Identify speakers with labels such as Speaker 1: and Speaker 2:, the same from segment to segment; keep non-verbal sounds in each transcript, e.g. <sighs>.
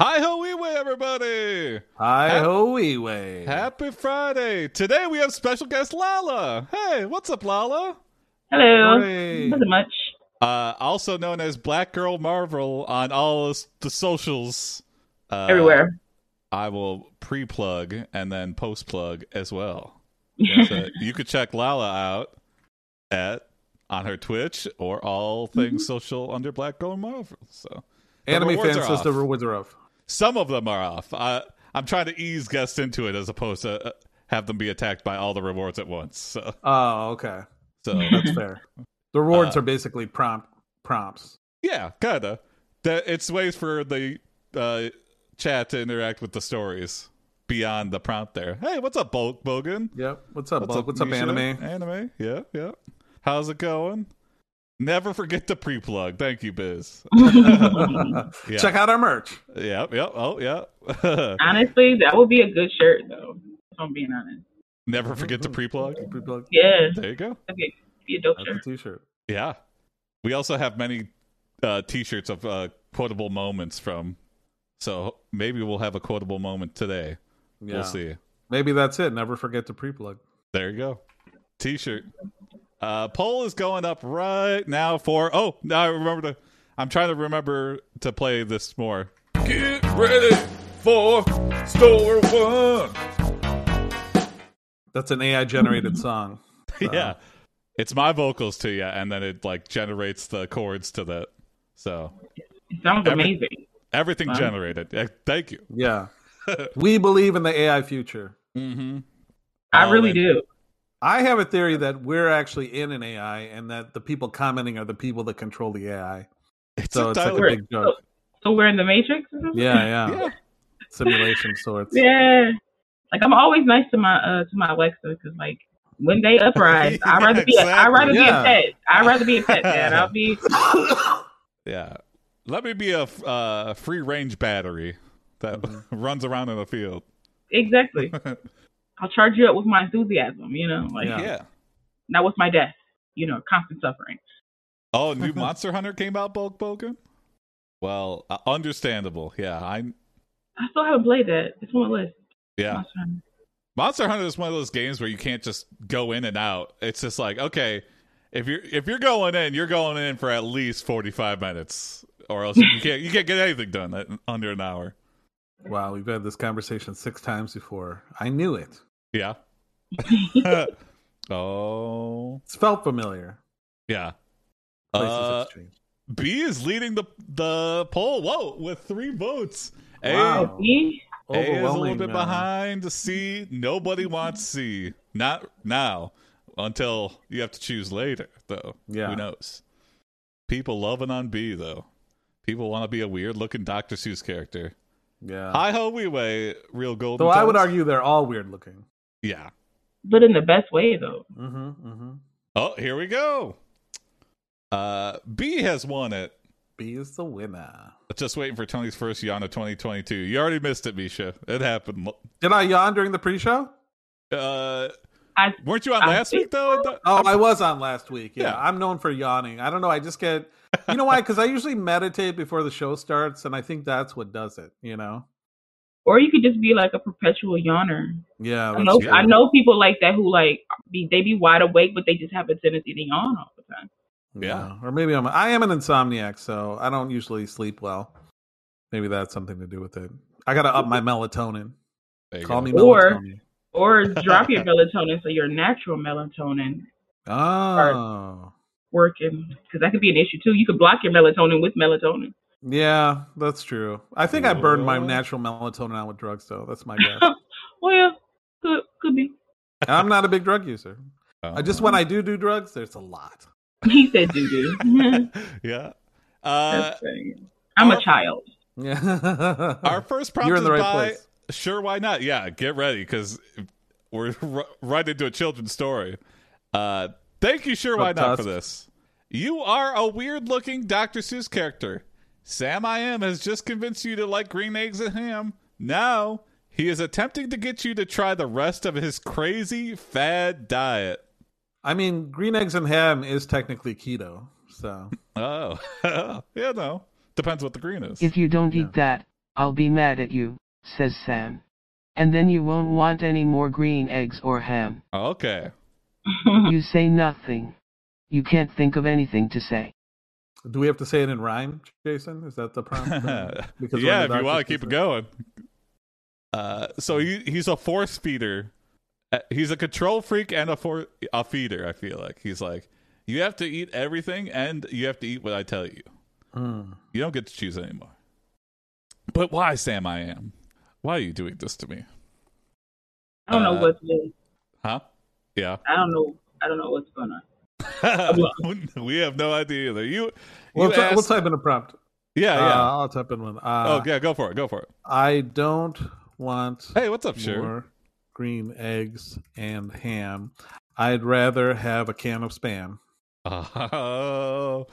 Speaker 1: Hi ho wee way everybody!
Speaker 2: Hi ho way.
Speaker 1: Happy Friday! Today we have special guest Lala. Hey, what's up, Lala?
Speaker 3: Hello.
Speaker 2: Hooray.
Speaker 3: Not much.
Speaker 1: Uh, also known as Black Girl Marvel on all s- the socials. Uh,
Speaker 3: Everywhere.
Speaker 1: I will pre-plug and then post-plug as well. So you could check Lala out at on her Twitch or all things social under Black Girl Marvel. So
Speaker 2: Anime
Speaker 1: rewards
Speaker 2: fan
Speaker 1: are
Speaker 2: says
Speaker 1: off.
Speaker 2: the rewards are off.
Speaker 1: some of them are off. I, I'm trying to ease guests into it as opposed to uh, have them be attacked by all the rewards at once. So,
Speaker 2: Oh, okay.
Speaker 1: so <laughs>
Speaker 2: That's fair. The rewards
Speaker 1: Uh,
Speaker 2: are basically prompt prompts.
Speaker 1: yeah, kinda. That it's ways for the uh, chat to interact with the stories beyond the prompt. There. Hey, what's up, Bulk Bogan?
Speaker 2: Yep. What's up, Bulk? What's up,
Speaker 1: Misha?
Speaker 2: anime?
Speaker 1: Anime. Yeah, yeah. How's it going? Never forget to pre-plug. Thank you,
Speaker 2: <laughs>
Speaker 1: Biz. Uh. Yeah.
Speaker 2: Check out our merch.
Speaker 1: Yep, yep. Oh, yeah.
Speaker 3: <laughs>
Speaker 1: <laughs>
Speaker 3: Honestly, that would be a good shirt though. If I'm being honest.
Speaker 1: Never forget to pre-plug.
Speaker 2: Pre-plug.
Speaker 3: Yeah.
Speaker 1: There you go.
Speaker 3: Okay. Be a dope
Speaker 2: That's
Speaker 3: shirt.
Speaker 2: a t-shirt.
Speaker 1: Yeah. We also have many uh, t-shirts of uh, quotable moments from. So maybe we'll have a quotable moment today.
Speaker 2: Yeah.
Speaker 1: We'll see.
Speaker 2: Maybe that's it. Never forget to pre-plug.
Speaker 1: There you go. T-shirt. Uh, poll is going up right now for. Oh, now I remember to. I'm trying to remember to play this more. Get ready for store one.
Speaker 2: That's an
Speaker 1: <laughs>
Speaker 2: AI generated song. So,
Speaker 1: <laughs> yeah, it's my vocals to you, and then it like generates the chords to that. So
Speaker 3: It sounds
Speaker 1: Every-
Speaker 3: amazing.
Speaker 1: everything
Speaker 3: Wow.
Speaker 1: generated. Eh, Thank you. <laughs>
Speaker 2: Yeah. we believe in the AI future.
Speaker 1: Mm-hmm.
Speaker 3: I
Speaker 1: all
Speaker 3: really
Speaker 1: in.
Speaker 3: do.
Speaker 2: I have a theory that we're actually in an AI and that the people commenting are the people that control the AI.
Speaker 1: It's
Speaker 2: So it's like
Speaker 1: entirely
Speaker 2: a
Speaker 3: Right.
Speaker 2: big joke.
Speaker 3: So we're in the Matrix. or something?
Speaker 2: Yeah, yeah.
Speaker 1: <laughs> Yeah.
Speaker 2: Simulation sorts.
Speaker 3: Yeah. Like I'm always nice to my uh to my Alexa because like when
Speaker 1: <laughs>
Speaker 3: they uprise, I'd rather be a, I'd rather
Speaker 2: Yeah.
Speaker 3: be a pet. I'd rather be a pet dad. I'll be
Speaker 1: <laughs> Yeah. Let me be a f- uh, free range battery that <laughs> runs around in the field. <laughs>
Speaker 3: exactly. I'll charge you up with my enthusiasm. You know, like
Speaker 2: Yeah.
Speaker 3: not with my death. You know, constant suffering.
Speaker 1: Oh, new Monster Hunter came out, Bulk Bogan? Well, uh, understandable. Yeah. I
Speaker 3: I still haven't played that. It's on my list.
Speaker 1: yeah.
Speaker 3: Monster Hunter.
Speaker 1: Monster Hunter is one of those games where you can't just go in and out. It's just like, okay, if you're if you're going in, you're going in for at least 45 minutes or else you can't you can't get anything done at, under an hour.
Speaker 2: Wow, we've had this conversation six times before. I knew it.
Speaker 1: Yeah. <laughs> oh.
Speaker 2: It's felt familiar.
Speaker 1: Yeah.
Speaker 2: Places
Speaker 1: Uh,
Speaker 2: have changed.
Speaker 1: B is leading the the poll. Whoa, with three votes. A,
Speaker 2: Wow.
Speaker 3: Me?
Speaker 1: A is a little
Speaker 2: Overwhelming,
Speaker 1: bit
Speaker 2: uh,
Speaker 1: behind. C, nobody wants C. Not now. Until you have to choose later, though.
Speaker 2: Yeah.
Speaker 1: Who knows? People loving on B though. People want to be a weird looking Dr. Seuss character.
Speaker 2: Yeah.
Speaker 1: Hi ho we way, real golden.
Speaker 2: Though I would
Speaker 1: toes.
Speaker 2: argue they're all weird looking.
Speaker 1: Yeah.
Speaker 3: But in the best way, though.
Speaker 2: Mm-hmm, mm-hmm.
Speaker 1: Oh, here we go. Uh B has won it.
Speaker 2: B is the winner.
Speaker 1: Just waiting for Tony's first yawn of 2022. You already missed it, Misha. It happened.
Speaker 2: Did I yawn during the pre-show?
Speaker 1: Uh,
Speaker 3: I
Speaker 1: weren't you on
Speaker 3: I
Speaker 1: last
Speaker 3: think
Speaker 1: week though?
Speaker 2: Oh, I was on last week. Yeah,
Speaker 1: Yeah.
Speaker 2: I'm known for yawning. I don't know. I just get, you
Speaker 1: <laughs>
Speaker 2: know why? Because I usually meditate before the show starts, and I think that's what does it. You know?
Speaker 3: or you could just be like a perpetual yawner.
Speaker 2: Yeah.
Speaker 3: I
Speaker 2: that's
Speaker 3: know
Speaker 2: true.
Speaker 3: I know people like that who like be they be wide awake but they just have a tendency to yawn all the time.
Speaker 1: Yeah.
Speaker 2: Or maybe I'm. I am an insomniac, so I don't usually sleep well. Maybe that's something to do with it. I gotta up my melatonin.
Speaker 1: There you
Speaker 2: Call
Speaker 1: go.
Speaker 2: me
Speaker 3: Or-
Speaker 2: melatonin.
Speaker 1: <laughs>
Speaker 3: Or drop your melatonin so your natural melatonin
Speaker 2: Oh.
Speaker 3: working because that could be an issue too. You could block your melatonin with melatonin.
Speaker 2: Yeah, that's true. I think I burned my
Speaker 1: What?
Speaker 2: natural melatonin out with drugs, though. That's my guess.
Speaker 3: Well, yeah, could could be. <laughs>
Speaker 2: And I'm not a big drug user.
Speaker 1: Oh.
Speaker 2: I just when I do do drugs, there's a lot. <laughs>
Speaker 3: He said, "Do <laughs> do."
Speaker 1: yeah. Uh,
Speaker 3: I'm a
Speaker 1: our-
Speaker 3: child.
Speaker 2: Yeah.
Speaker 1: our first prompt
Speaker 2: You're in
Speaker 1: is
Speaker 2: the right
Speaker 1: by
Speaker 2: place.
Speaker 1: sure why not? Yeah, get ready because we're r- right into a children's story. Uh, thank you, sure why not for
Speaker 2: Fantastic.
Speaker 1: this. You are a weird looking Dr. Seuss character. Sam I am has just convinced you to like green eggs and ham. Now he is attempting to get you to try the rest of his crazy fad diet.
Speaker 2: I mean, green eggs and ham is technically keto. So
Speaker 1: <laughs> Oh, yeah, no. Depends what the green is.
Speaker 4: If you don't eat that, I'll be mad at you, says Sam. And then you won't want any more green eggs or ham.
Speaker 1: Okay.
Speaker 3: Mm-hmm.
Speaker 4: You say nothing. You can't think of anything to say.
Speaker 2: Do we have to say it in rhyme, Jason? Is that
Speaker 1: <laughs>
Speaker 2: the problem? <laughs> Because
Speaker 1: yeah,
Speaker 2: when the
Speaker 1: if you want to
Speaker 2: doctor
Speaker 1: keep it
Speaker 2: says-
Speaker 1: going. Uh, so he, he's a force feeder. Uh, He's a control freak and a for a feeder. I feel like he's like you have to eat everything and you have to eat what I tell you.
Speaker 2: Hmm.
Speaker 1: You don't get to choose anymore. But why, Sam? I am. Why are you doing this to me?
Speaker 3: I don't know
Speaker 1: Uh,
Speaker 3: what's going.
Speaker 1: Huh? Yeah.
Speaker 2: <laughs>
Speaker 3: I don't know. I don't know what's going on.
Speaker 1: <laughs> we have no idea either. You.
Speaker 2: We'll,
Speaker 1: you
Speaker 2: ty- we'll
Speaker 1: asked-
Speaker 2: type in a prompt.
Speaker 1: yeah, yeah.
Speaker 2: Uh, I'll type in one. Uh,
Speaker 1: oh, yeah. Go for it. Go for it.
Speaker 2: I don't want
Speaker 1: Hey, what's up, sure?
Speaker 2: more green eggs and ham. I'd rather have a can of spam.
Speaker 1: <laughs> Oh,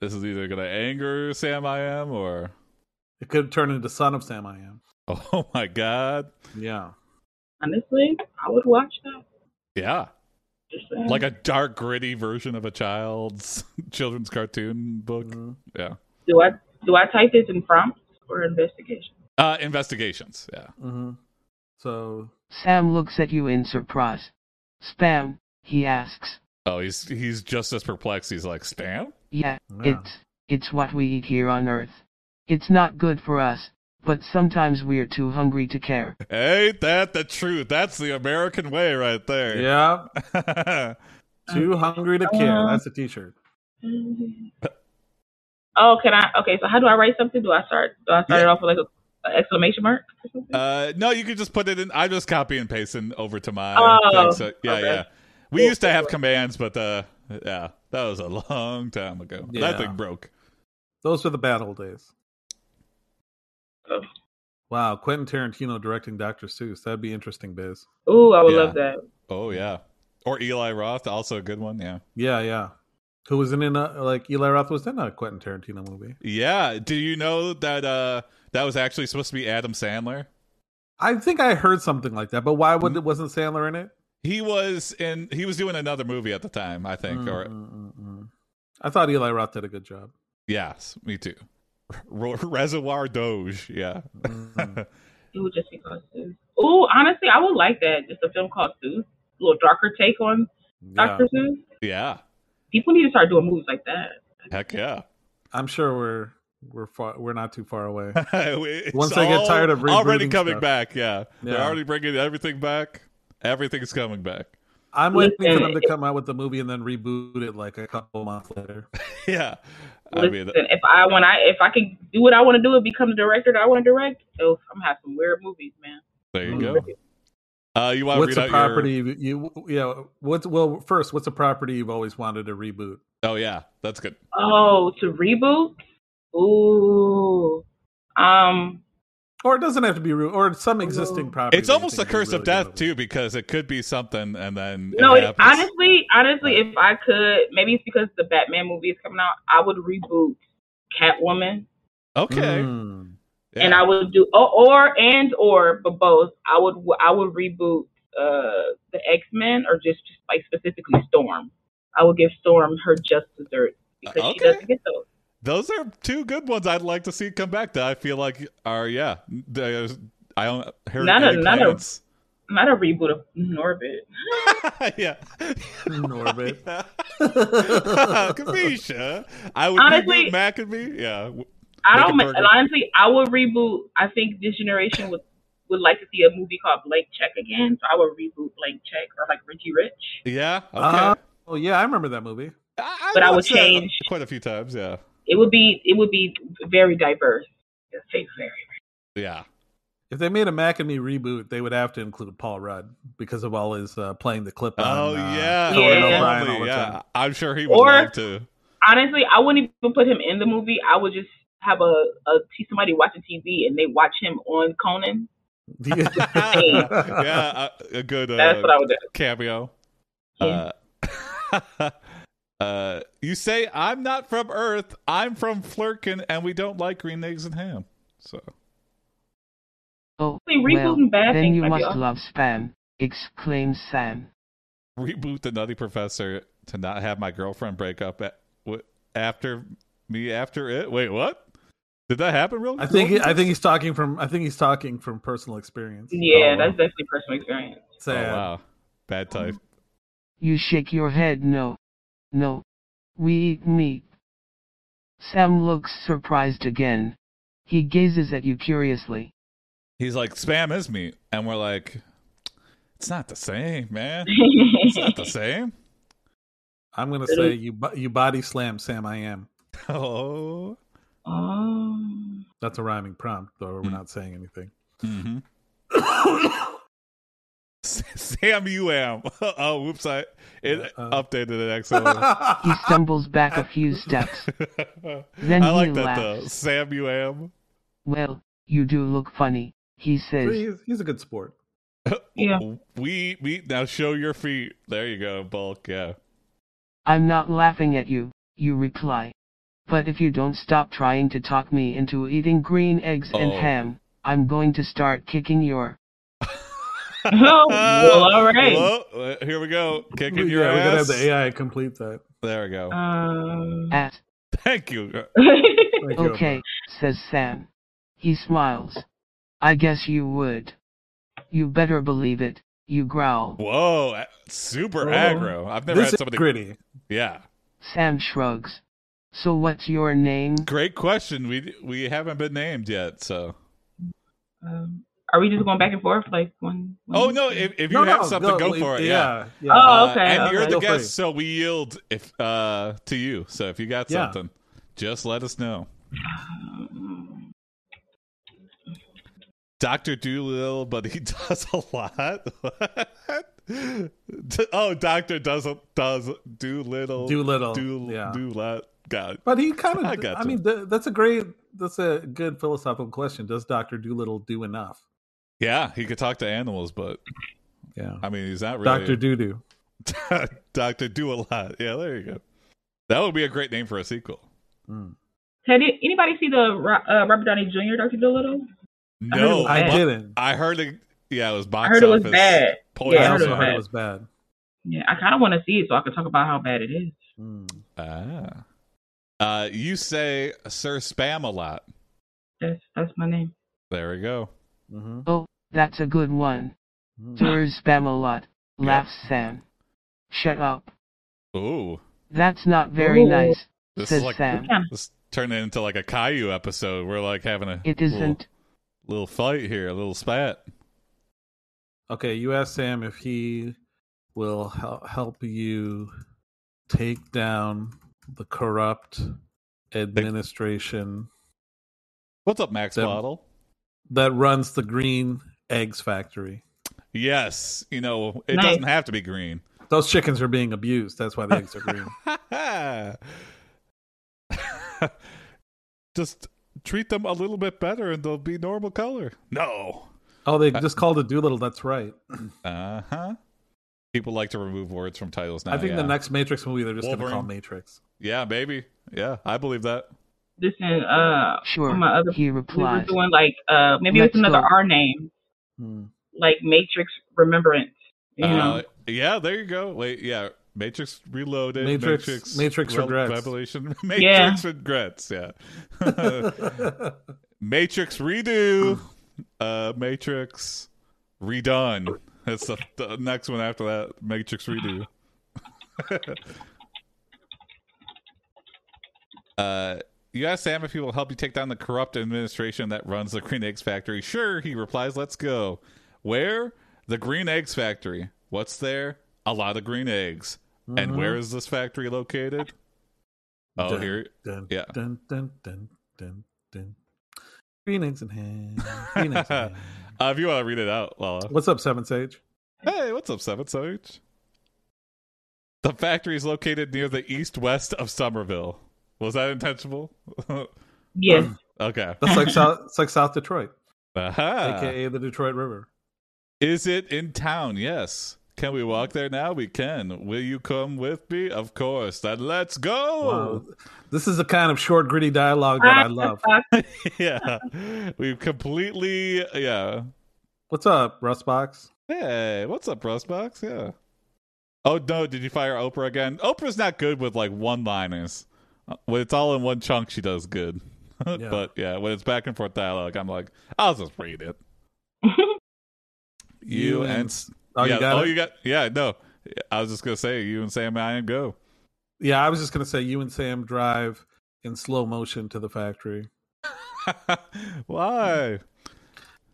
Speaker 1: this is either gonna anger Sam I am or <laughs>
Speaker 2: It could turn into Son of Sam I Am.
Speaker 1: oh my god,
Speaker 2: Yeah.
Speaker 3: Honestly, I would watch that.
Speaker 1: yeah,
Speaker 3: Just saying.
Speaker 1: like a dark gritty version of a child's <laughs> children's cartoon book.
Speaker 2: Mhm.
Speaker 1: Yeah,
Speaker 3: do I do I type this in prompts or investigation?
Speaker 1: uh, investigations. Yeah,
Speaker 2: Mhm. So
Speaker 4: Sam looks at you in surprise. Spam, he asks.
Speaker 1: oh, he's he's just as perplexed. He's like, spam.
Speaker 4: Yeah,
Speaker 2: Yeah.
Speaker 4: it's it's what we eat here on Earth. It's not good for us, but sometimes we're too hungry to care.
Speaker 1: Ain't that the truth? That's the American way, right there. <laughs>
Speaker 2: yeah,
Speaker 1: Yeah.
Speaker 2: too hungry to care.
Speaker 3: Um,
Speaker 2: That's a T-shirt.
Speaker 1: Mm-hmm.
Speaker 3: Oh, can I? Okay, so how do I write something? Do I start? Do I start it
Speaker 1: Yeah.
Speaker 3: off with like a, a exclamation mark? Or something?
Speaker 1: Uh, no, you could just put it in. I just copy and paste it over to my
Speaker 3: Oh,
Speaker 1: thing. So, yeah,
Speaker 3: okay.
Speaker 1: yeah. We
Speaker 3: Cool,
Speaker 1: used to
Speaker 3: cool,
Speaker 1: have
Speaker 3: cool.
Speaker 1: commands, but uh, yeah, that was a long time ago. That
Speaker 2: Yeah.
Speaker 1: thing broke.
Speaker 2: Those were the bad old days.
Speaker 3: Oh.
Speaker 2: Wow, Quentin Tarantino directing Dr. Seuss. That'd be interesting, Biz.
Speaker 3: Ooh, I would
Speaker 1: yeah.
Speaker 3: love that.
Speaker 1: Oh yeah, or Eli Roth, also a good one. Yeah,
Speaker 2: Yeah, yeah. Who was in in a, like Eli Roth was in a Quentin Tarantino movie.
Speaker 1: yeah. Do you know that uh, that was actually supposed to be Adam Sandler?
Speaker 2: I think I heard something like that, but why would
Speaker 1: Mm-hmm.
Speaker 2: it wasn't Sandler in it?
Speaker 1: He was in. He was doing another movie at the time, I think. Or
Speaker 3: Hmm.
Speaker 2: Mm, mm, mm, mm. I thought Eli Roth did a good job.
Speaker 1: yes, me too. <laughs> R- Reservoir Doge. Yeah.
Speaker 2: Mm.
Speaker 3: It would just be called Seuss. Ooh, honestly, I would like that. Just a film called Seuss. A little darker take on
Speaker 2: yeah.
Speaker 3: Dr. Seuss.
Speaker 1: Yeah.
Speaker 3: People need to start doing movies like that.
Speaker 1: Heck yeah.
Speaker 2: I'm sure we're we're far, we're not too far
Speaker 1: <laughs>
Speaker 2: away.
Speaker 1: It's
Speaker 2: Once I get
Speaker 1: all
Speaker 2: tired of
Speaker 1: already
Speaker 2: rebooting
Speaker 1: coming
Speaker 2: stuff.
Speaker 1: back, yeah. they're
Speaker 2: Yeah.
Speaker 1: already bringing everything back. Everything's coming back. <laughs>
Speaker 2: I'm waiting for
Speaker 3: Listen,
Speaker 2: them to
Speaker 3: it-
Speaker 2: come out with the movie and then reboot it like a couple months later.
Speaker 1: yeah, I
Speaker 3: Listen,
Speaker 1: mean,
Speaker 3: if I when I if I can do what I want to do and become the director that I want to direct, oh, I'm gonna have some weird movies, man.
Speaker 1: there you
Speaker 2: Hmm.
Speaker 1: go. Uh, you want to
Speaker 2: What's
Speaker 1: read
Speaker 2: a
Speaker 1: out
Speaker 2: property you, you yeah? What's well first? What's a property you've always wanted to reboot?
Speaker 1: your? Oh yeah, that's good.
Speaker 3: Oh, to reboot? Ooh. Um
Speaker 2: Or it doesn't have to be re- or some existing
Speaker 3: Ooh.
Speaker 2: property.
Speaker 1: It's
Speaker 2: that you
Speaker 1: almost a
Speaker 2: think would be
Speaker 1: curse of
Speaker 2: really
Speaker 1: death
Speaker 2: good.
Speaker 1: too, because it could be something, and then
Speaker 3: no,
Speaker 1: it
Speaker 3: it,
Speaker 1: happens.
Speaker 3: honestly, honestly, if I could, maybe it's because the Batman movie is coming out, I would reboot Catwoman
Speaker 1: okay, <laughs>
Speaker 2: Mm.
Speaker 3: and I would do or, or and or but both. I would I would reboot uh the X-Men or just, just like specifically Storm. I would give Storm her just desserts because she
Speaker 1: Okay.
Speaker 3: doesn't get those.
Speaker 1: those are two good ones. I'd like to see come back. That I feel like are yeah. There's, I don't hear
Speaker 3: None
Speaker 1: any
Speaker 3: of- none of-
Speaker 1: plans.
Speaker 3: Not a reboot of Norbit.
Speaker 1: <laughs> yeah,
Speaker 2: Norbit.
Speaker 1: Yeah. Kamisha. I would
Speaker 3: Honestly-
Speaker 1: reboot Maccabee. Yeah.
Speaker 3: I
Speaker 1: Make
Speaker 3: don't.
Speaker 1: it
Speaker 3: ma-
Speaker 1: burger.
Speaker 3: Honestly, I would reboot. I think this generation would would like to see a movie called Blank Check again. So I would reboot Blank Check or like Richie Rich.
Speaker 1: Yeah. Okay.
Speaker 2: Uh, oh yeah, I remember that movie.
Speaker 1: I,
Speaker 3: but I would
Speaker 1: watched that
Speaker 3: change-
Speaker 1: quite a few times. Yeah.
Speaker 3: It would be it would be very diverse. Let's say very.
Speaker 1: Yeah.
Speaker 2: If they made a Mac and Me reboot, they would have to include Paul Rudd because of all his uh, playing the clip.
Speaker 1: Oh
Speaker 2: on, uh,
Speaker 1: yeah.
Speaker 2: Conan
Speaker 3: Yeah.
Speaker 2: O'Brien all the
Speaker 1: yeah.
Speaker 2: time.
Speaker 1: I'm sure he would
Speaker 3: Or-
Speaker 1: love
Speaker 3: <laughs>
Speaker 1: to.
Speaker 3: Honestly, I wouldn't even put him in the movie. I would just have a, a somebody watching TV and they watch him on Conan.
Speaker 1: <laughs> yeah. A, a good uh,
Speaker 3: That's what I would do.
Speaker 1: cameo.
Speaker 3: Yeah.
Speaker 1: Uh, <laughs> uh, you say I'm not from Earth. I'm from Flurkin, and we don't like green eggs and ham. So
Speaker 4: Oh,
Speaker 3: Really, rebooting bad
Speaker 4: well, then
Speaker 3: things
Speaker 4: you
Speaker 3: might be
Speaker 4: must
Speaker 3: awesome.
Speaker 4: love spam, exclaims Sam.
Speaker 1: reboot the Nutty Professor to not have my girlfriend break up at, w- after me after it. Wait, what? Did that happen real?
Speaker 2: <laughs> I think
Speaker 1: real-
Speaker 2: I think he's talking from I think he's talking from personal experience.
Speaker 1: Oh,
Speaker 3: Yeah,
Speaker 1: wow.
Speaker 3: that's definitely personal experience. <laughs>
Speaker 1: Oh,
Speaker 2: Sad.
Speaker 1: wow. Bad type.
Speaker 4: You shake your head no. No. We eat meat. Sam looks surprised again. He gazes at you curiously.
Speaker 1: He's like, spam is meat. And we're like, it's not the same, man. It's not the same. <laughs>
Speaker 2: I'm gonna say you bo- you body slam Sam. I am.
Speaker 1: Oh.
Speaker 3: um,
Speaker 2: That's a rhyming prompt, though
Speaker 1: Hmm.
Speaker 2: we're not
Speaker 1: <laughs>
Speaker 2: saying anything.
Speaker 1: Mm-hmm. Sam, you am. <laughs> oh, whoops. I it
Speaker 2: Uh-oh.
Speaker 1: updated it
Speaker 2: <laughs>
Speaker 1: accidentally.
Speaker 4: He stumbles back a few steps. Then
Speaker 1: I like
Speaker 4: he
Speaker 1: that, though.
Speaker 4: laughs.
Speaker 1: Sam, you am.
Speaker 4: Well, you do look funny, he says.
Speaker 2: he's, he's a good sport.
Speaker 1: <laughs>
Speaker 3: Yeah. <laughs>
Speaker 1: We eat meat. Now show your feet. There you go, bulk. Yeah.
Speaker 4: I'm not laughing at you, you reply. But if you don't stop trying to talk me into eating green eggs and
Speaker 1: Oh.
Speaker 4: ham, I'm going to start kicking your.
Speaker 3: Oh, well, all right.
Speaker 1: Whoa, Ah, uh, here we go. Kicking your
Speaker 2: yeah, we're gonna
Speaker 1: ass.
Speaker 2: have the Uh, AI complete that.
Speaker 1: there we go.
Speaker 3: um,
Speaker 4: ass.
Speaker 1: Thank you.
Speaker 2: Thank you.
Speaker 4: Okay, says Sam. He smiles. I guess you would. You better believe it, you growl.
Speaker 1: Whoa, a- super
Speaker 2: Whoa.
Speaker 1: aggro. I've never
Speaker 2: This
Speaker 1: had
Speaker 2: is
Speaker 1: somebody.
Speaker 2: gritty.
Speaker 1: Yeah,
Speaker 4: Sam shrugs. So what's your name?
Speaker 1: great question. We we haven't been named yet, so.
Speaker 3: um, are we just going back and forth like one? one-
Speaker 1: Oh no! If, if you have something, go for it. Yeah.
Speaker 2: Yeah. yeah.
Speaker 3: Oh,
Speaker 1: Uh,
Speaker 3: okay,
Speaker 1: and
Speaker 3: okay.
Speaker 1: you're the
Speaker 2: Feel
Speaker 1: guest,
Speaker 2: free.
Speaker 1: so we yield if uh to you. So if you got
Speaker 2: Yeah.
Speaker 1: something, just let us know.
Speaker 3: Um,
Speaker 1: Doctor Doolittle, but he <laughs> does a lot. What? <laughs> oh, Doctor does does Doolittle.
Speaker 2: Doolittle.
Speaker 1: Do
Speaker 2: yeah.
Speaker 1: do lot. God.
Speaker 2: But he kind of.
Speaker 1: I
Speaker 2: I,
Speaker 1: got you.
Speaker 2: mean, th- that's a great. That's a good philosophical question. Does Doctor Doolittle do enough?
Speaker 1: Yeah, he could talk to animals, but
Speaker 2: Yeah.
Speaker 1: I mean, he's not really
Speaker 2: Doctor Doodoo.
Speaker 1: <laughs> Doctor Do a lot. Yeah, there you go. That would be a great name for a sequel.
Speaker 2: Mm.
Speaker 3: Had it- anybody see the Ro- uh, Robert Downey Jr. Doctor Dolittle? I heard it
Speaker 1: No,
Speaker 3: was
Speaker 2: I
Speaker 3: bad.
Speaker 1: but-
Speaker 2: didn't.
Speaker 1: I heard it. Yeah, it was box
Speaker 3: I heard it was
Speaker 1: office
Speaker 3: bad.
Speaker 1: poison.
Speaker 3: Yeah,
Speaker 2: I
Speaker 3: I heard
Speaker 2: also
Speaker 3: it was
Speaker 2: heard
Speaker 3: bad.
Speaker 2: it was bad.
Speaker 3: Yeah, I kind of want to see it so I can talk about how bad it is.
Speaker 2: Mm.
Speaker 1: Ah. Uh, you say Sir Spam a lot.
Speaker 3: That's that's my name.
Speaker 1: There we go.
Speaker 2: hmm
Speaker 4: Oh, that's a good one. Tours spam a lot, laughs Sam. Shut up.
Speaker 1: Ooh,
Speaker 4: That's not very
Speaker 3: Ooh.
Speaker 4: nice,
Speaker 1: this
Speaker 4: says
Speaker 1: is like
Speaker 4: Sam.
Speaker 1: this turned into like a Caillou episode. We're like having a
Speaker 4: It
Speaker 1: little-
Speaker 4: isn't.
Speaker 1: little, fight here, a little spat.
Speaker 2: Okay, you asked Sam if he will hel- help you take down the corrupt administration
Speaker 1: What's up, Max
Speaker 2: Sam.
Speaker 1: Bottle?
Speaker 2: that runs the Green Eggs Factory.
Speaker 1: Yes, you know it
Speaker 3: Nice.
Speaker 1: doesn't have to be green.
Speaker 2: Those chickens are being abused. That's why the eggs are
Speaker 1: <laughs>
Speaker 2: green.
Speaker 1: <laughs> just treat them a little bit better and they'll be normal color. No.
Speaker 2: Oh, they just called it Doolittle. That's right.
Speaker 1: Uh huh. People like to remove words from titles now.
Speaker 2: I think
Speaker 1: yeah.
Speaker 2: the next Matrix movie, they're just going to call
Speaker 1: Wolverine.
Speaker 2: Matrix.
Speaker 1: Yeah, maybe. Yeah, I believe that.
Speaker 3: This and uh,
Speaker 4: Sure,
Speaker 3: my other-
Speaker 4: he
Speaker 3: we were
Speaker 4: replies.
Speaker 3: doing like uh maybe it's
Speaker 4: Let's
Speaker 3: another
Speaker 4: go.
Speaker 3: R name
Speaker 2: Hmm.
Speaker 3: like Matrix Remembrance. You know,
Speaker 1: Uh, yeah, there you go. Wait, yeah. Matrix Reloaded.
Speaker 2: Matrix- Matrix Regrets.
Speaker 1: Revelation. <laughs>
Speaker 3: Yeah.
Speaker 1: Matrix Regrets, yeah. <laughs> Matrix Redo. Uh, Matrix Redone. That's the, the next one after that. Matrix Redo. uh, you ask Sam if he will help you take down the corrupt administration that runs the Green Eggs Factory. Sure, he replies, let's go. Where? The Green Eggs Factory. What's there? A lot of green eggs. And
Speaker 2: Mhm.
Speaker 1: where is this factory located? Oh,
Speaker 2: Dun,
Speaker 1: here.
Speaker 2: dun,
Speaker 1: yeah.
Speaker 2: Dun, dun, dun, dun, dun. Green eggs and ham. Green eggs
Speaker 1: <laughs>
Speaker 2: and ham.
Speaker 1: Uh, if you want to read it out, Lala.
Speaker 2: What's up, Seven Sage?
Speaker 1: Hey, what's up, Seven Sage? The factory is located near the east west of Somerville. Was that intentional? <laughs> <clears throat>
Speaker 3: yes,
Speaker 1: okay.
Speaker 2: That's
Speaker 1: <laughs>
Speaker 2: like South, it's like South Detroit,
Speaker 1: Aha.
Speaker 2: aka the Detroit River.
Speaker 1: Is it in town? Yes. Can we walk there now? We can. Will you come with me? Of course. Then let's
Speaker 2: Wow.
Speaker 1: go.
Speaker 2: This is the kind of short, gritty dialogue that I love.
Speaker 1: <laughs> yeah. We've completely yeah.
Speaker 2: What's up, Rustbox?
Speaker 1: Hey, what's up, Rustbox? Yeah. Oh no, did you fire Uh, Oprah again? Oprah's not good <laughs> with like one liners. When it's all in one chunk, she does good.
Speaker 2: Yeah.
Speaker 1: but yeah, when it's back and forth dialogue, I'm like, I'll just read
Speaker 2: <laughs>
Speaker 1: it. You,
Speaker 2: You and-
Speaker 1: and S-
Speaker 2: Oh,
Speaker 1: yeah,
Speaker 2: you got
Speaker 1: oh,
Speaker 2: it?
Speaker 1: you got yeah. No, I was just gonna say you and Sam I am go.
Speaker 2: yeah, I was just gonna say you and Sam drive in slow motion to the factory, <laughs>
Speaker 1: Why?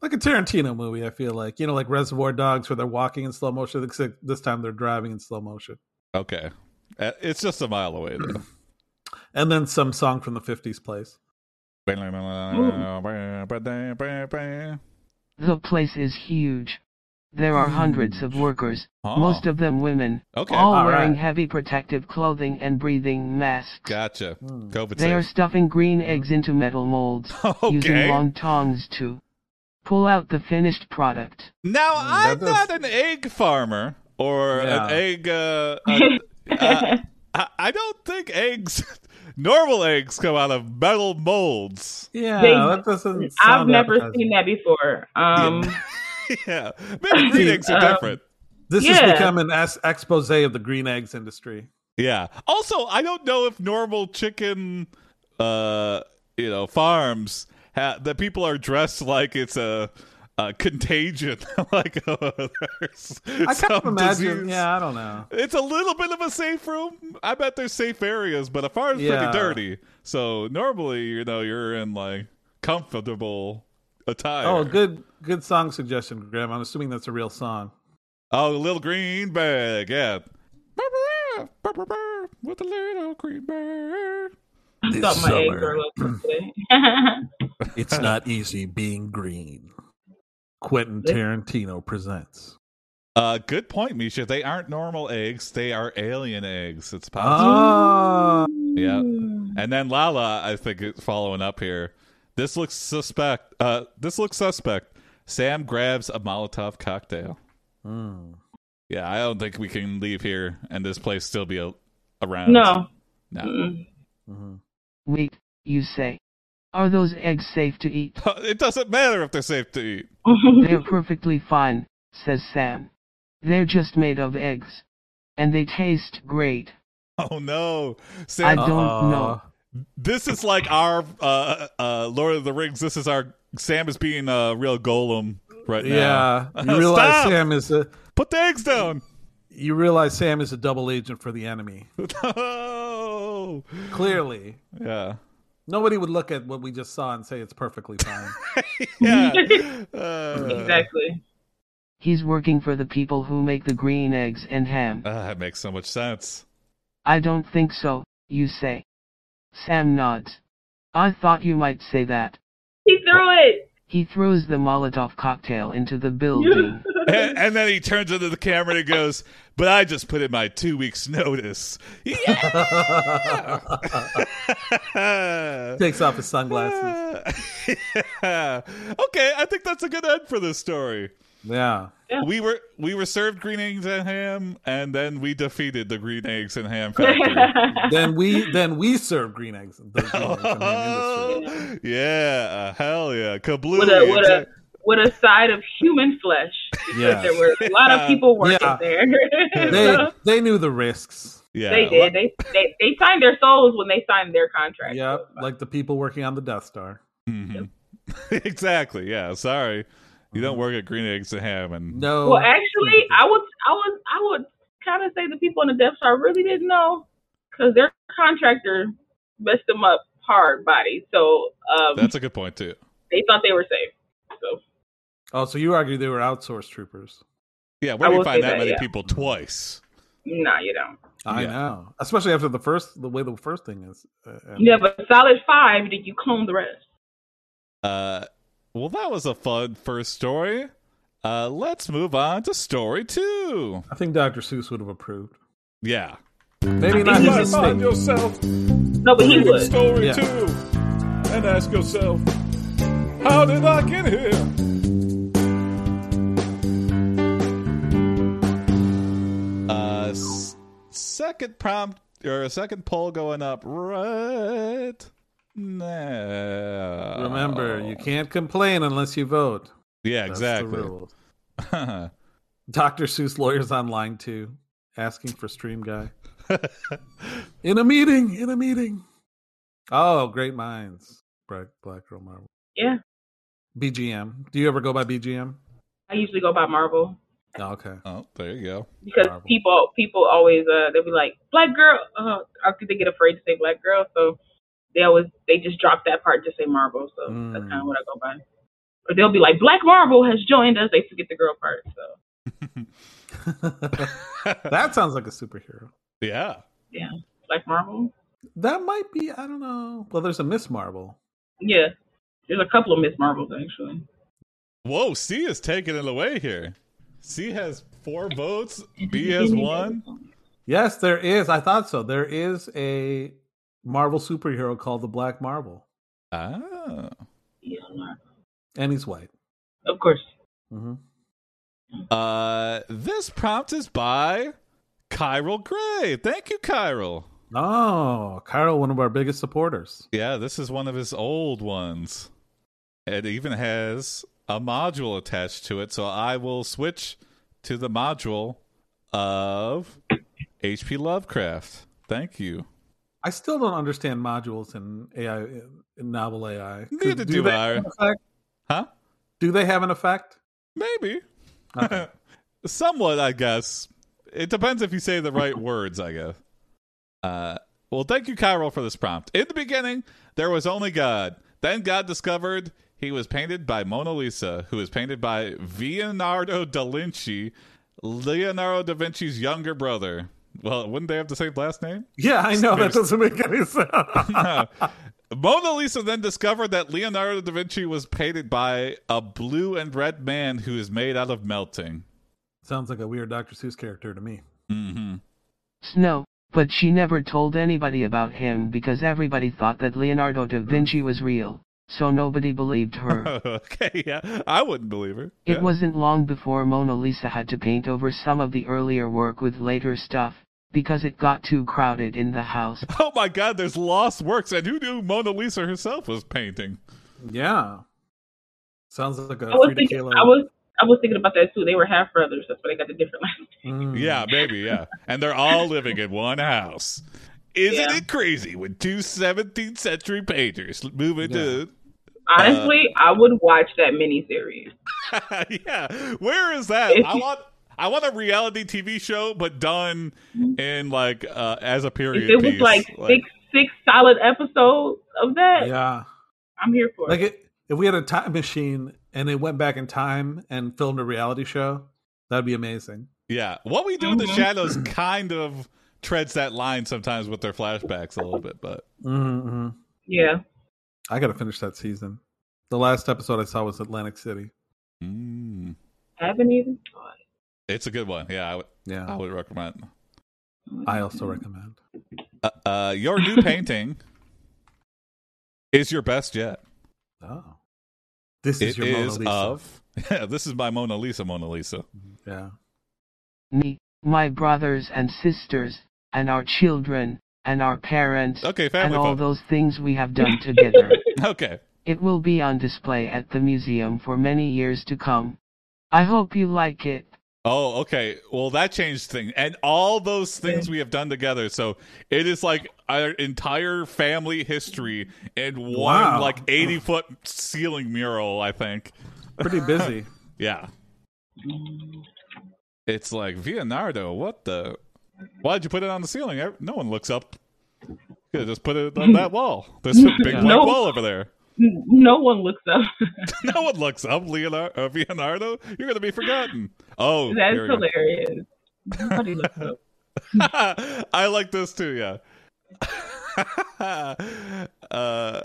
Speaker 2: like a Tarantino movie. I feel like you know, like Reservoir Dogs, where they're walking in slow motion. Except this time they're driving in slow motion,
Speaker 1: Okay, Uh, it's just a mile away though.
Speaker 2: and then some song from the fifties plays.
Speaker 1: Huh?
Speaker 4: The place is huge. There are hundreds of workers, most of them women,
Speaker 1: Okay.
Speaker 4: all,
Speaker 2: All
Speaker 4: wearing
Speaker 2: right.
Speaker 4: heavy protective clothing and breathing masks.
Speaker 1: Gotcha.
Speaker 2: Hmm.
Speaker 1: COVID
Speaker 4: They are
Speaker 1: safe.
Speaker 4: stuffing green eggs into metal molds, using
Speaker 1: Okay.
Speaker 4: long tongs to pull out the finished product.
Speaker 1: Now
Speaker 2: Hmm, that
Speaker 1: I'm
Speaker 2: does-
Speaker 1: not an egg farmer or
Speaker 2: Yeah.
Speaker 1: an egg.
Speaker 4: <laughs>
Speaker 1: Uh, uh, uh, I, I don't think eggs, <laughs> normal eggs, come out of metal molds. <laughs>
Speaker 2: Yeah,
Speaker 3: They-
Speaker 2: that doesn't.
Speaker 3: I've
Speaker 2: sound
Speaker 3: never
Speaker 2: appetizing.
Speaker 3: seen that before. Um, <laughs>
Speaker 1: yeah, maybe
Speaker 4: <laughs>
Speaker 1: green eggs are
Speaker 3: Um,
Speaker 1: different.
Speaker 2: This
Speaker 3: Yeah.
Speaker 2: has become an es- expose of the green eggs industry.
Speaker 1: Yeah. Also, I don't know if normal chicken, uh, you know, farms ha- that people are dressed like it's a, a contagion, <laughs> like uh, there's
Speaker 2: I
Speaker 1: some
Speaker 2: kind of imagine.
Speaker 1: disease.
Speaker 2: Yeah, I don't know.
Speaker 1: It's a little bit of a safe room. I bet there's safe areas, but a farm's
Speaker 2: Yeah.
Speaker 1: pretty dirty. So normally, you know, you're in like comfortable attire.
Speaker 2: Oh, good, good song suggestion, Graham. I'm assuming that's a real song.
Speaker 1: Oh, little green bag. Yeah. With a little green bag.
Speaker 3: thought my eggs are
Speaker 4: <clears throat>
Speaker 3: low <laughs> today.
Speaker 2: it's not easy being green. Quentin Tarantino presents.
Speaker 1: Uh, good point, Misha. They aren't normal eggs; they are alien eggs. It's possible.
Speaker 2: Oh,
Speaker 1: Yeah. And then Lala, I think, is following up here. This looks suspect. Uh, this looks suspect. Sam grabs a Molotov cocktail.
Speaker 2: Mm.
Speaker 1: Yeah, I don't think we can leave here and this place still be a- around.
Speaker 3: no.
Speaker 1: no. <laughs>
Speaker 3: Mm-mm.
Speaker 2: Mhm.
Speaker 4: Wait, you say. Are those eggs safe
Speaker 1: <laughs>
Speaker 4: to eat?
Speaker 1: It doesn't matter if they're safe to eat. Uh,
Speaker 4: They're perfectly fine, says Sam. They're just made of eggs. And they taste great.
Speaker 1: Oh no,
Speaker 4: I
Speaker 1: Sam!
Speaker 4: don't
Speaker 2: Uh,
Speaker 4: know.
Speaker 1: this is like our uh, uh, Lord of the Rings. This is our Sam is being a real golem right now.
Speaker 2: Yeah,
Speaker 1: Stop! <laughs>
Speaker 2: you realize Sam is a
Speaker 1: Put the eggs down.
Speaker 2: you realize Sam is a double agent for the enemy.
Speaker 1: No.
Speaker 2: Clearly,
Speaker 1: <laughs> Yeah.
Speaker 2: nobody would look at what we just saw and say it's perfectly
Speaker 3: <laughs>
Speaker 2: fine.
Speaker 1: Yeah. Uh,
Speaker 3: <laughs> Exactly.
Speaker 4: He's working for the people who make the green eggs and ham.
Speaker 1: ah, that makes so much sense.
Speaker 4: I don't think so, you say. Sam nods. I thought you might say that.
Speaker 3: He threw it.
Speaker 4: He throws the Molotov cocktail into the building.
Speaker 1: And, and then he turns into the camera and he goes, But I just put in my two weeks' notice. <laughs> Yeah.
Speaker 2: Takes off his sunglasses.
Speaker 1: <laughs> yeah. Okay, I think that's a good end for this story.
Speaker 2: Yeah.
Speaker 1: We were we were served green eggs and ham, and then we defeated the green eggs and ham
Speaker 3: <laughs>
Speaker 1: factory.
Speaker 2: then we then we serve green eggs. The green eggs and ham industry.
Speaker 1: Oh, <laughs> yeah, hell yeah, kablooey!
Speaker 3: with a with
Speaker 1: exact-
Speaker 3: a with a side of human flesh. because
Speaker 2: Yeah.
Speaker 3: There were a lot of people working
Speaker 2: Yeah.
Speaker 3: there.
Speaker 2: They
Speaker 3: <laughs> So,
Speaker 2: they knew the risks.
Speaker 1: yeah,
Speaker 3: they
Speaker 1: well,
Speaker 3: did. They, they they signed their souls when they signed their contract.
Speaker 2: Yeah, like the people working on the Death Star.
Speaker 1: mhm. <laughs> exactly. Yeah, sorry, you
Speaker 3: Mm-hmm.
Speaker 1: don't work at Green Eggs and Ham, and
Speaker 2: No.
Speaker 3: Well, actually, I would I would I would kind of say the people on the Death Star really didn't know because their contractor messed them up hard body. So um,
Speaker 1: that's a good point too.
Speaker 3: they thought they were safe.
Speaker 2: oh, so you argue they were outsourced troopers?
Speaker 1: Yeah, where
Speaker 3: I
Speaker 1: do you
Speaker 3: will
Speaker 1: find
Speaker 3: say
Speaker 1: that
Speaker 3: that,
Speaker 1: many
Speaker 3: yeah.
Speaker 1: people twice?
Speaker 3: Nah, you don't.
Speaker 2: I
Speaker 1: Yeah.
Speaker 2: know, especially after the first the way the first thing is. Uh,
Speaker 3: You have a solid five. Did you clone the rest?
Speaker 1: Uh, well, that was a fun first story. Uh, let's move on to story two.
Speaker 2: I think Dr. Seuss would have approved.
Speaker 1: Yeah,
Speaker 2: Maybe not his mistake.
Speaker 1: yourself
Speaker 3: No, but he would.
Speaker 1: story
Speaker 2: Yeah.
Speaker 1: two and ask yourself, how did I get here? Uh, s- second prompt or second poll going up right now.
Speaker 2: Remember, you can't complain unless you vote.
Speaker 1: yeah,
Speaker 2: That's
Speaker 1: exactly.
Speaker 2: The rule. Dr. Seuss lawyers online too, asking for Stream Guy in a meeting. In a meeting. Oh, great minds. Black, Black Girl Marvel.
Speaker 3: Yeah,
Speaker 2: BGM. Do you ever go by BGM?
Speaker 3: I usually go by Marvel
Speaker 2: Oh, okay.
Speaker 1: <laughs> Oh, there you go.
Speaker 3: because
Speaker 2: Marvel.
Speaker 3: people people always uh they'll be like black girl. Uh, I think they get afraid to say black girl, so they always they just drop that part to say Marvel. So that's
Speaker 2: Mm.
Speaker 3: kind of what I go by. Or they'll be like black Marvel has joined us. They forget the girl part. So
Speaker 2: that sounds like a superhero.
Speaker 1: yeah.
Speaker 3: black Marvel.
Speaker 2: That might be. I don't know. Well, there's a Miss Marvel.
Speaker 3: Yeah, there's a couple of Miss Marvels actually.
Speaker 1: Whoa, C is taking it away here. C has four votes. B <laughs> has one.
Speaker 2: Yes, there is. I thought so. There is a Marvel superhero called the Black Marvel,
Speaker 1: Ah.
Speaker 3: Yeah, I'm not-
Speaker 2: and he's white.
Speaker 3: of course.
Speaker 2: hmm
Speaker 1: Uh, this prompt is by Chiral Gray. Thank you, Chiral.
Speaker 2: Oh, Carl, one of our biggest supporters.
Speaker 1: Yeah, this is one of his old ones. It even has a module attached to it, so I will switch to the module of HP Lovecraft. Thank you.
Speaker 2: I still don't understand modules in AI in novel AI.
Speaker 1: Neither do
Speaker 2: they
Speaker 1: I.
Speaker 2: have an effect?
Speaker 1: Huh?
Speaker 2: Do they have an effect?
Speaker 1: Maybe. <laughs>
Speaker 2: Okay.
Speaker 1: Somewhat, I guess. It depends if you say the right words, I guess. Uh, well, thank you, Chiral, for this prompt. In the beginning, there was only God. Then God discovered he was painted by Mona Lisa, who was painted by Leonardo da Vinci, Leonardo da Vinci's younger brother. Well, wouldn't they have the same last name? <laughs>
Speaker 2: yeah, I know that
Speaker 1: There's-
Speaker 2: doesn't make
Speaker 1: <laughs>
Speaker 2: any sense.
Speaker 1: Mona Lisa then discovered that Leonardo da Vinci was painted by a blue and red man who is made out of melting. <laughs>
Speaker 2: Sounds like a weird Dr. Seuss character to me.
Speaker 1: hmm
Speaker 4: Snow, but she never told anybody about him because everybody thought that Leonardo da Vinci was real, so nobody believed her.
Speaker 1: okay, yeah. I wouldn't believe her. <laughs>
Speaker 4: It
Speaker 1: Yeah.
Speaker 4: wasn't long before Mona Lisa had to paint over some of the earlier work with later stuff, because it got too crowded in the house.
Speaker 1: <laughs> Oh my god, there's lost works, and who knew Mona Lisa herself was painting?
Speaker 2: Yeah. Sounds like a
Speaker 3: I was
Speaker 2: Frida
Speaker 3: thinking,
Speaker 2: Kahlo.
Speaker 3: I was, I was thinking about that too. They were half brothers. That's why they got the different <laughs> last.
Speaker 2: Mm.
Speaker 1: Yeah, maybe, yeah. and they're all living in one house. Isn't
Speaker 3: Yeah.
Speaker 1: it crazy when two 17th century painters move into. Uh.
Speaker 3: Honestly, I would watch that miniseries.
Speaker 1: <laughs> Yeah, where is that?
Speaker 3: <laughs>
Speaker 1: I want. I want a reality TV show, but done in like uh, as a period
Speaker 3: If it was
Speaker 1: piece.
Speaker 3: like six, six solid episodes of that,
Speaker 2: Yeah.
Speaker 3: I'm here for
Speaker 2: Like
Speaker 3: it.
Speaker 2: it, if we had a time machine and it went back in time and filmed a reality show, that'd be amazing.
Speaker 1: yeah, what we do in the
Speaker 3: Mhm.
Speaker 1: shadows kind of treads that line sometimes with their flashbacks a little bit, but
Speaker 2: Mm-hmm.
Speaker 3: Yeah,
Speaker 2: I got to finish that season. The last episode I saw was Atlantic City.
Speaker 1: Mm.
Speaker 3: I haven't even. thought.
Speaker 1: It's a good one. Yeah, I would, I
Speaker 2: Yeah.
Speaker 1: would recommend.
Speaker 3: Um,
Speaker 2: I also recommend.
Speaker 1: Uh, uh, your new
Speaker 2: <laughs>
Speaker 1: painting is your best yet.
Speaker 2: Oh. This
Speaker 1: It is
Speaker 2: is your Mona Lisa.
Speaker 1: of. <laughs> Yeah, this is my Mona Lisa. Mona Lisa.
Speaker 2: Yeah.
Speaker 4: Me, my brothers and sisters, and our children, and our parents,
Speaker 1: Okay,
Speaker 4: and
Speaker 1: family
Speaker 4: all
Speaker 1: photo.
Speaker 4: those things we have done together.
Speaker 1: <laughs> Okay.
Speaker 4: It will be on display at the museum for many years to come. I hope you like it.
Speaker 1: Oh, okay. Well, that changed things, and all those things we have done together. So it is like our entire family history in one
Speaker 2: Wow.
Speaker 1: like eighty foot ceiling mural. I think.
Speaker 2: Pretty
Speaker 1: <laughs>
Speaker 2: busy.
Speaker 1: Yeah. It's like Leonardo. What the? Why'd you put it on the ceiling? Ev- No one looks up. You could just put it on that wall. There's a big
Speaker 2: Yeah.
Speaker 1: white
Speaker 3: No.
Speaker 1: wall over there. <laughs>
Speaker 3: N- No one looks up. <laughs>
Speaker 1: No one looks up, Leonardo. Uh, Leonardo. You're gonna be forgotten. Oh,
Speaker 3: That's
Speaker 1: here we go.
Speaker 3: hilarious. Nobody
Speaker 1: <laughs>
Speaker 3: looks up.
Speaker 1: I like this too. Yeah. <laughs> uh,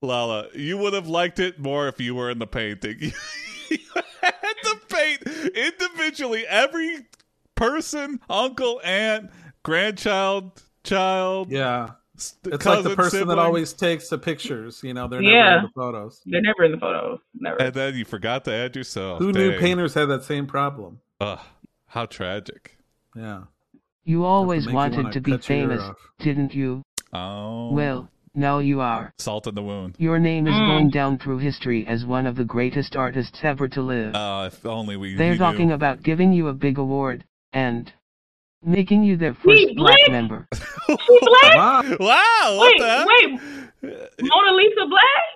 Speaker 1: Lala, you would have liked it more if you were in the painting. <laughs> you had to paint individually every person, uncle, aunt, grandchild, child.
Speaker 2: Yeah.
Speaker 1: st-
Speaker 2: It's like
Speaker 1: cousin,
Speaker 2: the person
Speaker 1: sibling.
Speaker 2: that always takes the pictures, you know, they're never
Speaker 3: Yeah.
Speaker 2: in the photos.
Speaker 3: They're never in the photos. Never.
Speaker 1: And then you forgot to add yourself.
Speaker 2: Who knew
Speaker 1: Oh, Dang.
Speaker 2: painters had that same problem?
Speaker 1: Ugh, how tragic.
Speaker 2: Yeah.
Speaker 4: You always
Speaker 2: make you
Speaker 4: wanted
Speaker 2: wanna
Speaker 4: to be
Speaker 2: cut your ear
Speaker 4: famous,
Speaker 2: off.
Speaker 4: didn't you?
Speaker 1: Oh,
Speaker 4: Well, now you are.
Speaker 1: salt in the wound.
Speaker 4: Your name is
Speaker 3: Mm.
Speaker 4: going down through history as one of the greatest artists ever to live.
Speaker 3: Uh,
Speaker 1: Oh, if only we.
Speaker 4: They're
Speaker 1: we <laughs>
Speaker 4: talking
Speaker 1: knew.
Speaker 4: about giving you a big award and making you their first
Speaker 3: Wait,
Speaker 4: black
Speaker 3: what?
Speaker 4: member.
Speaker 3: She black?
Speaker 2: Wow.
Speaker 1: Wow! What
Speaker 3: Wait,
Speaker 1: the heck?
Speaker 3: wait. Mona Lisa black?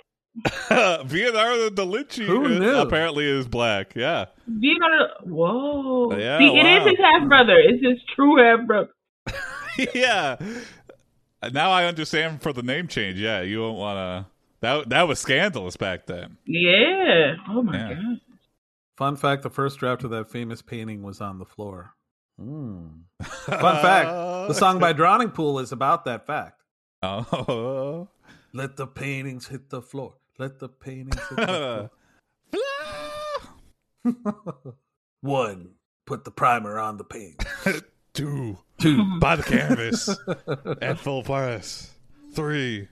Speaker 1: <laughs> Leonardo da Vinci
Speaker 2: Who
Speaker 1: is-
Speaker 2: knew?
Speaker 1: apparently is black. Yeah. <laughs>
Speaker 3: Do you know? the- Whoa.
Speaker 1: Yeah,
Speaker 3: See, it
Speaker 1: wow.
Speaker 3: is his half brother. It's his true half brother.
Speaker 1: yeah. Now I understand for the name change. Yeah, you don't want to. That that was scandalous back then.
Speaker 3: Yeah. Oh my
Speaker 1: Yeah.
Speaker 3: god.
Speaker 2: Fun fact the first draft of that famous painting was on the floor. Mm. Fun fact the song by Drowning Pool is about that fact.
Speaker 1: Oh.
Speaker 2: Let the paintings hit the floor. Let the paintings
Speaker 1: <laughs>
Speaker 2: hit the floor. One, put the primer on the paint.
Speaker 1: <laughs> Two. <laughs>
Speaker 2: Two,
Speaker 1: Buy the canvas at full price. Three.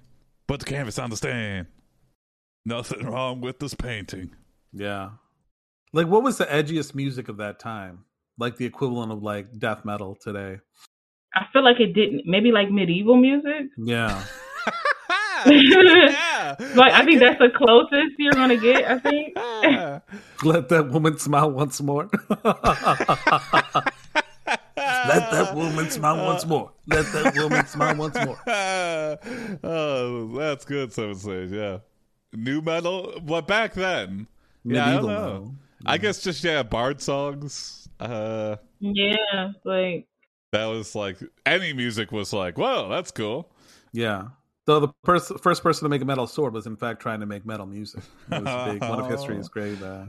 Speaker 1: Put the canvas on the stand. Nothing wrong with this painting.
Speaker 2: yeah. Like, what was the edgiest music of that time? Like the equivalent of like death metal today.
Speaker 3: I feel like it didn't. Maybe like
Speaker 1: <laughs>
Speaker 3: medieval music. <laughs>
Speaker 2: Yeah.
Speaker 1: yeah.
Speaker 3: Like I think that's the closest you're gonna get. I think.
Speaker 2: <laughs> Let that woman smile once more. <laughs> Let that woman smile once more. Let that woman smile once more.
Speaker 1: oh, that's good. Seven Sage, yeah. New metal, but back then, <laughs> yeah, I don't
Speaker 2: Medieval
Speaker 1: know.
Speaker 2: metal.
Speaker 1: I guess just yeah, bard songs. Uh,
Speaker 3: Yeah. Like.
Speaker 1: that was like any music was like, whoa, that's cool.
Speaker 2: Yeah. Though the pers- first person to make a metal sword was in fact trying to make metal music. It was a big, one
Speaker 1: <laughs>
Speaker 2: of history's great. Uh,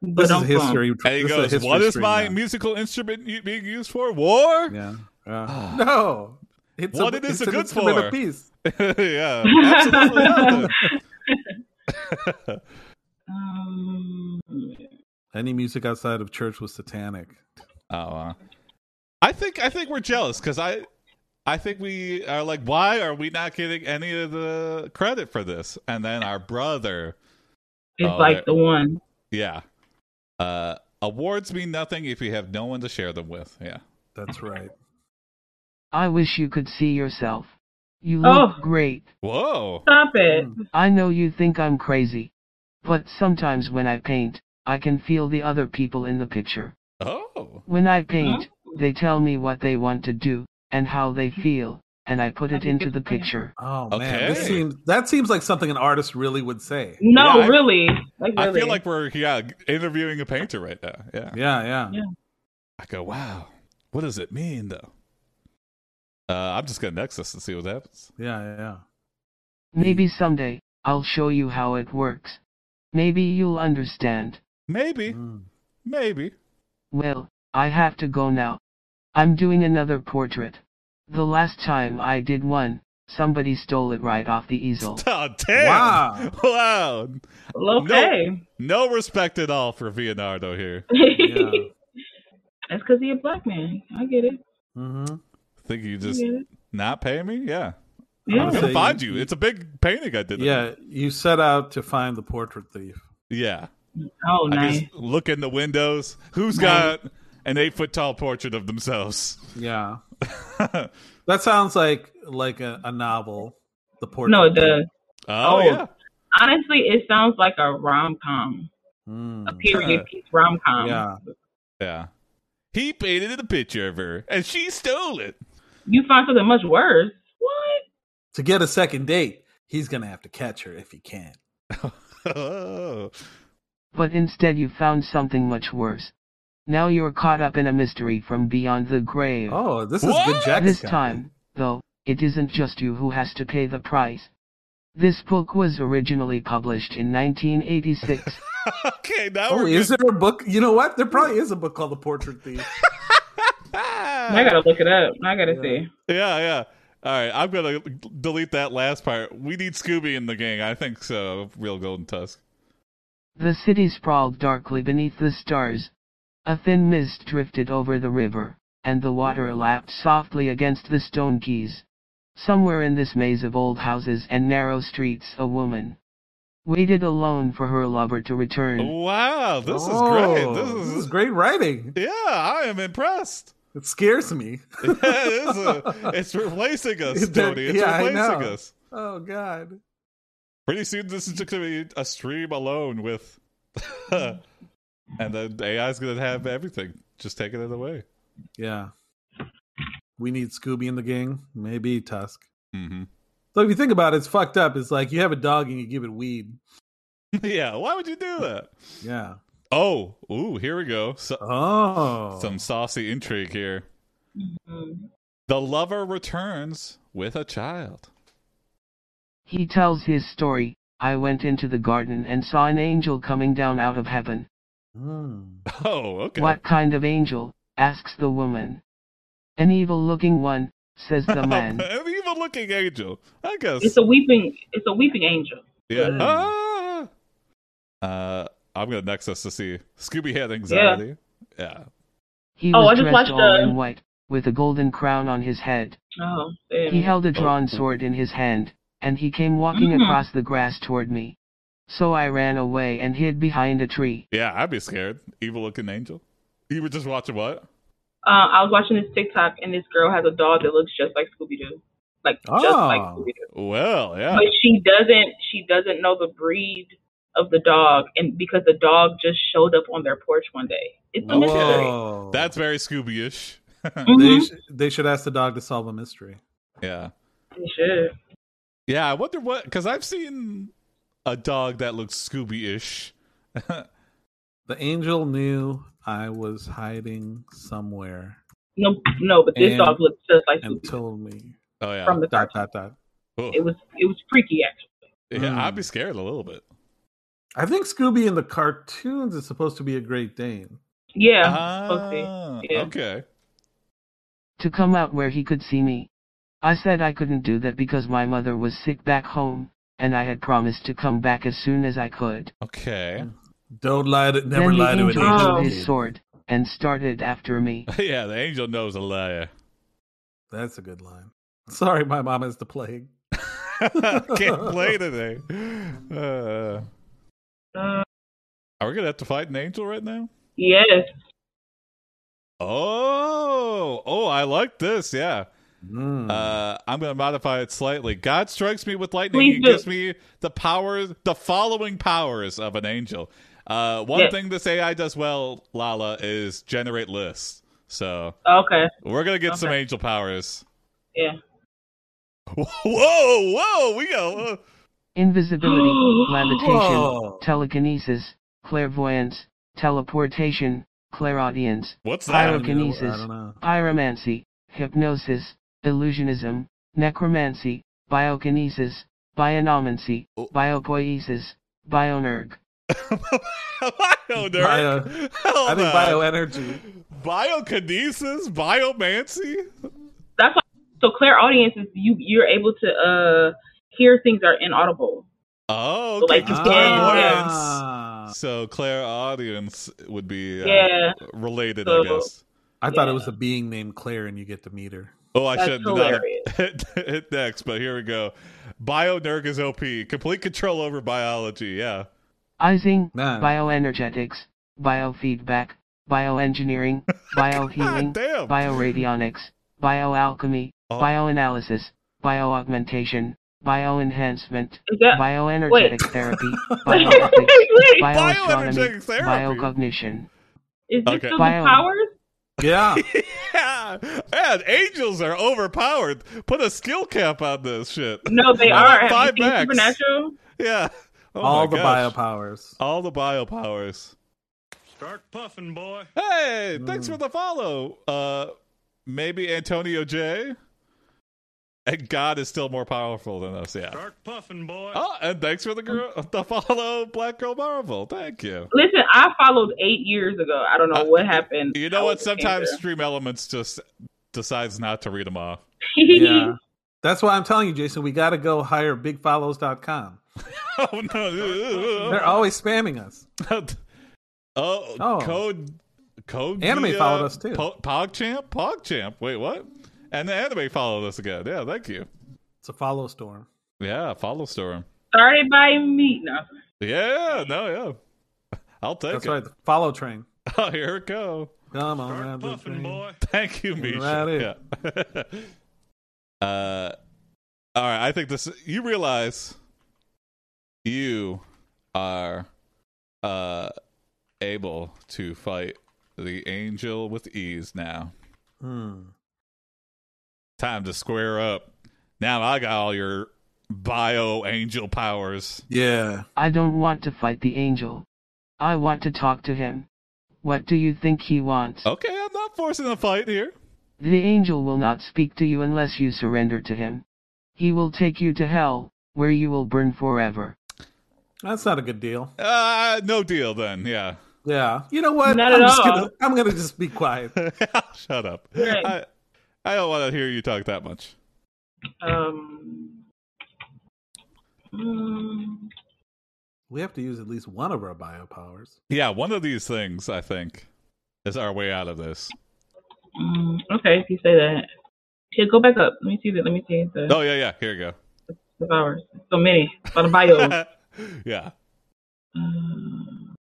Speaker 3: But
Speaker 2: this is history.
Speaker 1: And he
Speaker 2: this a
Speaker 1: goes,
Speaker 2: history
Speaker 1: "What is
Speaker 2: stream
Speaker 1: my
Speaker 2: now."
Speaker 1: musical instrument u- being used for? War?
Speaker 2: Yeah.
Speaker 1: <sighs>
Speaker 2: yeah. Uh, no. It's
Speaker 1: What it is
Speaker 2: it's
Speaker 1: it
Speaker 2: an
Speaker 1: good
Speaker 2: instrument
Speaker 1: for?
Speaker 2: Of peace.
Speaker 1: <laughs> Yeah, absolutely nothing.
Speaker 3: Um,
Speaker 2: Any music outside of church was satanic.
Speaker 1: Oh, wow. I think I think we're jealous because I I think we are like, why are we not getting any of the credit for this? And then our brother,
Speaker 3: it's
Speaker 1: Oh,
Speaker 3: like
Speaker 1: that-
Speaker 3: the one.
Speaker 1: yeah, uh, awards mean nothing if you have no one to share them with. Yeah,
Speaker 2: That's right.
Speaker 4: I wish you could see yourself. You look
Speaker 3: Oh.
Speaker 4: great.
Speaker 1: whoa,
Speaker 3: Stop it.
Speaker 1: Hmm.
Speaker 4: I know you think I'm crazy. But sometimes when I paint, I can feel the other people in the picture.
Speaker 1: oh,
Speaker 4: When I paint, they tell me what they want to do, and how they feel, and I put it into the picture.
Speaker 2: Oh man,
Speaker 1: Okay.
Speaker 2: this seems that seems like something an artist really would say.
Speaker 3: No,
Speaker 1: Yeah, I-
Speaker 3: really. Like
Speaker 1: I
Speaker 3: really.
Speaker 1: feel like we're yeah interviewing a painter right now. Yeah,
Speaker 2: Yeah, yeah.
Speaker 3: Yeah.
Speaker 1: I go, wow, what does it mean though? Uh, I'm just gonna next this and see what happens.
Speaker 2: Yeah, yeah, yeah.
Speaker 4: Maybe someday, I'll show you how it works. Maybe you'll understand.
Speaker 1: <laughs> Maybe,
Speaker 2: Mm.
Speaker 1: maybe. <laughs>
Speaker 4: Well, I have to go now. I'm doing another portrait. The last time I did one, somebody stole it right off the easel.
Speaker 1: Oh, damn!
Speaker 2: Wow.
Speaker 1: wow.
Speaker 3: Well, okay.
Speaker 1: No respect at all for Leonardo here.
Speaker 2: Yeah.
Speaker 3: <laughs> That's because he a black man. I get it.
Speaker 2: Mm-hmm.
Speaker 1: Think you
Speaker 3: I
Speaker 1: just
Speaker 3: get it.
Speaker 1: not pay me? Yeah.
Speaker 2: Yeah.
Speaker 1: I'm
Speaker 2: wanna
Speaker 3: Yeah.
Speaker 1: gonna
Speaker 2: say
Speaker 1: find
Speaker 2: you-
Speaker 1: you. It's a big painting I did.
Speaker 2: Yeah, you set out to find the portrait thief.
Speaker 1: Yeah.
Speaker 3: Oh,
Speaker 1: I
Speaker 3: nice.
Speaker 1: just look in the windows. Who's
Speaker 3: Nice.
Speaker 1: got an eight foot tall portrait of themselves? <laughs>
Speaker 2: Yeah. that sounds like like a, a novel. The portrait.
Speaker 3: No, the
Speaker 1: Oh,
Speaker 3: Oh.
Speaker 1: yeah.
Speaker 3: honestly, it sounds like a rom com,
Speaker 2: Mm.
Speaker 3: a period piece rom com.
Speaker 2: Yeah.
Speaker 1: Yeah. He painted a picture of her and she stole it. <laughs>
Speaker 3: You find something much worse. What?
Speaker 2: To get a second date, he's gonna have to catch her if he can.
Speaker 1: Oh. <laughs>
Speaker 4: But instead, you found something much worse. Now you're caught up in a mystery from beyond the grave.
Speaker 2: Oh, this is
Speaker 1: What?
Speaker 2: the Jack.
Speaker 4: This time, though, it isn't just you who has to pay the price. This book was originally published in 1986.
Speaker 1: okay, now
Speaker 2: Oh,
Speaker 1: we're
Speaker 2: is
Speaker 1: good.
Speaker 2: there a book? You know what? There probably is a book called The Portrait Thief.
Speaker 1: Ah.
Speaker 3: I gotta look it up. I gotta
Speaker 2: Yeah.
Speaker 3: see.
Speaker 1: Yeah, yeah. All right, I'm gonna delete that last part. We need Scooby in the gang. I think so. Real Golden Tusk.
Speaker 4: The city sprawled darkly beneath the stars. A thin mist drifted over the river, and the water lapped softly against the stone quays. Somewhere in this maze of old houses and narrow streets, a woman waited alone for her lover to return.
Speaker 1: Wow, this
Speaker 2: Oh,
Speaker 1: is great. This is,
Speaker 2: great writing.
Speaker 1: Yeah, I am impressed. <laughs>
Speaker 2: It scares me.
Speaker 1: Yeah, it is
Speaker 2: <laughs>
Speaker 1: a- it's replacing us,
Speaker 2: It- that-
Speaker 1: Tony. It's
Speaker 2: yeah, I
Speaker 1: replacing
Speaker 2: know.
Speaker 1: us.
Speaker 2: Oh God.
Speaker 1: Pretty soon, this is just gonna be a stream alone with, <laughs> and then AI's gonna have everything. Just taking it away.
Speaker 2: Yeah. We need Scooby in the gang. Maybe Tusk.
Speaker 1: Mm-hmm.
Speaker 2: So if you think about it, it's fucked up. It's like you have a dog and you give it weed.
Speaker 1: <laughs> yeah, why would you do that?
Speaker 2: Yeah.
Speaker 1: Oh, ooh, here we go. So,
Speaker 2: Oh.
Speaker 1: some saucy intrigue here.
Speaker 3: Mhm.
Speaker 1: The lover returns with a child. <laughs>
Speaker 4: He tells his story I went into the garden and saw an angel coming down out of heaven.
Speaker 2: Mm.
Speaker 1: Oh, okay. <laughs>
Speaker 4: What kind of angel? asks the woman. An evil looking one, says
Speaker 2: <laughs>
Speaker 4: the man.
Speaker 1: An evil looking angel. I guess.
Speaker 3: It's a weeping. It's a weeping angel.
Speaker 1: yeah.
Speaker 2: Mm.
Speaker 1: Ah! Uh, I'm going to next us to see Scooby had anxiety. Yeah.
Speaker 4: He
Speaker 3: Oh, I
Speaker 4: was
Speaker 3: just
Speaker 4: dressed
Speaker 3: watched,
Speaker 4: all
Speaker 3: uh,
Speaker 4: in white, with a golden crown on his head.
Speaker 3: Oh,
Speaker 4: He
Speaker 3: damn.
Speaker 4: held a drawn
Speaker 2: Oh.
Speaker 4: sword in his hand, and he came walking
Speaker 3: Mhm.
Speaker 4: across the grass toward me. So I ran away and hid behind a tree.
Speaker 1: Yeah, I'd be scared. Evil looking angel. You were just watching what?
Speaker 3: um, I was watching this TikTok, and this girl has a dog that looks just like Scooby Doo, like just
Speaker 2: Oh.
Speaker 3: like Scooby Doo.
Speaker 1: Well, yeah.
Speaker 3: But she doesn't. She doesn't know the breed of the dog, and because the dog just showed up on their porch one day, it's a
Speaker 1: Okay.
Speaker 3: mystery.
Speaker 2: Whoa.
Speaker 1: That's very Scooby ish.
Speaker 2: they,
Speaker 3: Mhm.
Speaker 2: sh- they should ask the dog to solve a mystery.
Speaker 1: yeah.
Speaker 3: They should.
Speaker 1: Yeah, I wonder what because I've seen a dog that looks Scooby-ish.
Speaker 2: The angel knew I was hiding somewhere
Speaker 3: No, no, but this
Speaker 2: And-
Speaker 3: dog looks just like
Speaker 2: and
Speaker 3: Scooby
Speaker 2: told me.
Speaker 1: Oh yeah,
Speaker 3: from the
Speaker 2: Dot
Speaker 3: cartoon.
Speaker 2: dot dot.
Speaker 1: Oh.
Speaker 3: It was Mm. it was freaky actually.
Speaker 1: yeah. I'd be scared a little bit.
Speaker 2: I think Scooby in the cartoons is supposed to be a Great Dane.
Speaker 3: Yeah,
Speaker 1: Ah,
Speaker 3: Yeah.
Speaker 1: okay.
Speaker 4: to come out where he could see me. I said I couldn't do that because my mother was sick back home, and I had promised to come back as soon as I could.
Speaker 1: Okay.
Speaker 2: Don't lie to never
Speaker 4: then
Speaker 2: lie to
Speaker 4: the
Speaker 2: an
Speaker 4: angel
Speaker 2: angel.
Speaker 3: Oh.
Speaker 4: drew
Speaker 2: kid.
Speaker 4: his sword and started after me.
Speaker 1: <laughs> yeah, the angel knows a liar. <laughs>
Speaker 2: That's a good line. Sorry, my mom has the plague.
Speaker 1: Can't play today. Uh,
Speaker 3: Uh,
Speaker 1: are we gonna have to fight an angel right now?
Speaker 3: yes.
Speaker 1: Oh, oh, I like this. Yeah.
Speaker 2: Mm.
Speaker 1: Uh, I'm going to modify it slightly. God strikes me with lightning.
Speaker 3: Please
Speaker 1: he
Speaker 3: do.
Speaker 1: gives me the powers, the following powers of an angel. Uh, one
Speaker 3: Yes.
Speaker 1: thing this AI does well, Lala, is generate lists. So
Speaker 3: Okay.
Speaker 1: we're going to get some
Speaker 3: Okay.
Speaker 1: angel powers.
Speaker 3: Yeah.
Speaker 1: <laughs> Whoa, whoa, we go. uh, <gasps>
Speaker 4: Invisibility, levitation,
Speaker 2: Whoa.
Speaker 4: telekinesis, clairvoyance, teleportation, clairaudience,
Speaker 1: What's
Speaker 2: I
Speaker 1: that?
Speaker 2: don't know.
Speaker 4: pyrokinesis.
Speaker 2: I don't know.
Speaker 4: pyromancy, hypnosis, illusionism, necromancy, biokinesis, bionomancy,
Speaker 1: Oh.
Speaker 4: biopoiesis, bionerg.
Speaker 1: <laughs> bio, nerd.
Speaker 2: Bio- I
Speaker 1: Hold
Speaker 2: think
Speaker 1: on.
Speaker 2: bioenergy.
Speaker 1: Biokinesis? Biomancy?
Speaker 3: That's why. So Claire, audience is you. You're able to uh hear things that are inaudible.
Speaker 1: Oh,
Speaker 3: So,
Speaker 1: okay.
Speaker 3: like,
Speaker 1: Because
Speaker 3: you
Speaker 1: clairvoyance.
Speaker 3: can-
Speaker 2: Ah.
Speaker 1: So clairaudience would be uh,
Speaker 3: Yeah.
Speaker 1: related, I
Speaker 3: So-
Speaker 1: guess.
Speaker 2: I thought it
Speaker 3: Yeah.
Speaker 2: was a being named Claire, and you get to meet her.
Speaker 1: Oh, I
Speaker 3: That's
Speaker 1: should
Speaker 3: hilarious.
Speaker 1: not have <laughs> hit next, but here we go. Bionerg is OP. Complete control over biology. Yeah.
Speaker 4: Izing,
Speaker 2: Man.
Speaker 4: bioenergetics, biofeedback,
Speaker 1: <laughs>
Speaker 4: bioengineering,
Speaker 1: God
Speaker 4: biohealing,
Speaker 1: Ah, damn.
Speaker 4: bioradionics, bioalchemy,
Speaker 1: Oh.
Speaker 4: bioanalysis, bioaugmentation, bioenhancement,
Speaker 3: Is
Speaker 1: <laughs>
Speaker 3: that
Speaker 4: bioenergetic therapy,
Speaker 3: wait,
Speaker 4: biooptics,
Speaker 3: wait,
Speaker 4: bioastronomy,
Speaker 1: Bioenergetic therapy.
Speaker 4: biocognition.
Speaker 3: is this
Speaker 1: Okay.
Speaker 3: still
Speaker 4: Bio-
Speaker 3: the powers?
Speaker 2: yeah.
Speaker 1: <laughs> yeah. Man, angels are overpowered. Put a skill cap on this shit.
Speaker 3: No, they
Speaker 1: I want
Speaker 3: are. Have
Speaker 1: Five
Speaker 3: you seen
Speaker 1: max.
Speaker 3: Supernatural?
Speaker 1: Yeah. <laughs> Oh
Speaker 2: All
Speaker 1: my
Speaker 2: the
Speaker 1: gosh.
Speaker 2: biopowers.
Speaker 1: All the biopowers.
Speaker 5: Start puffing, boy.
Speaker 1: Hey, thanks
Speaker 2: Mm.
Speaker 1: for the follow. Uh maybe Antonio J. And God is still more powerful than us, yeah.
Speaker 5: Start puffing, boy.
Speaker 1: Oh, and thanks for the girl, the follow, Black Girl Marvel. Thank you.
Speaker 3: Listen, I followed eight years ago. I don't know
Speaker 1: Uh,
Speaker 3: Oh, what happened.
Speaker 1: You
Speaker 3: I
Speaker 1: know what?
Speaker 3: was a
Speaker 1: Sometimes
Speaker 3: cancer.
Speaker 1: Stream Elements just decides not to read them off. <laughs>
Speaker 2: yeah. That's why I'm telling you, Jason, we got to go hire bigfollows.com.
Speaker 1: Oh no!
Speaker 2: They're always spamming us.
Speaker 1: oh,
Speaker 2: Oh.
Speaker 1: code code.
Speaker 2: Anime
Speaker 1: the, uh,
Speaker 2: followed us, too.
Speaker 1: Po- Pogchamp, Pogchamp. Wait, what? And the anime followed us again. Yeah, thank you.
Speaker 2: It's a follow storm.
Speaker 1: Yeah, follow storm.
Speaker 3: <laughs> Started by me. No.
Speaker 1: Yeah, no, yeah. I'll take
Speaker 2: That's
Speaker 1: it.
Speaker 2: right. The follow train.
Speaker 1: Oh, <laughs> here it go.
Speaker 2: Come on,
Speaker 5: Start
Speaker 2: round the
Speaker 5: puffing,
Speaker 2: train.
Speaker 5: boy.
Speaker 1: Thank you, Misha.
Speaker 2: Right
Speaker 1: Yeah. <laughs> uh, all right. I think this. You realize you are uh able to fight the angel with ease now.
Speaker 2: Hmm.
Speaker 1: Time to square up. Now I got all your bio angel powers.
Speaker 2: Yeah.
Speaker 4: I don't want to fight the angel. I want to talk to him. What do you think he wants?
Speaker 1: Okay, I'm not forcing a fight here.
Speaker 4: The angel will not speak to you unless you surrender to him. He will take you to hell, where you will burn forever.
Speaker 2: That's not a good deal.
Speaker 1: Uh, no deal then. Yeah. <laughs>
Speaker 2: Yeah. You know what?
Speaker 3: Not
Speaker 2: I'm
Speaker 3: at
Speaker 2: just
Speaker 3: all.
Speaker 2: gonna I'm gonna just be quiet.
Speaker 1: Shut up.
Speaker 3: Right.
Speaker 1: I, I don't want to hear you talk that much.
Speaker 3: Um, mm,
Speaker 2: We have to use at least one of our biopowers.
Speaker 1: Yeah, one of these things, I think, is our way out of this.
Speaker 3: mm, okay, if you say that. Here, go back up. Let me see the. Let me see the,
Speaker 1: Oh, yeah, yeah. Here you
Speaker 3: the powers. So many. On the
Speaker 1: <laughs>
Speaker 3: bio.
Speaker 1: go. yeah.
Speaker 3: Um,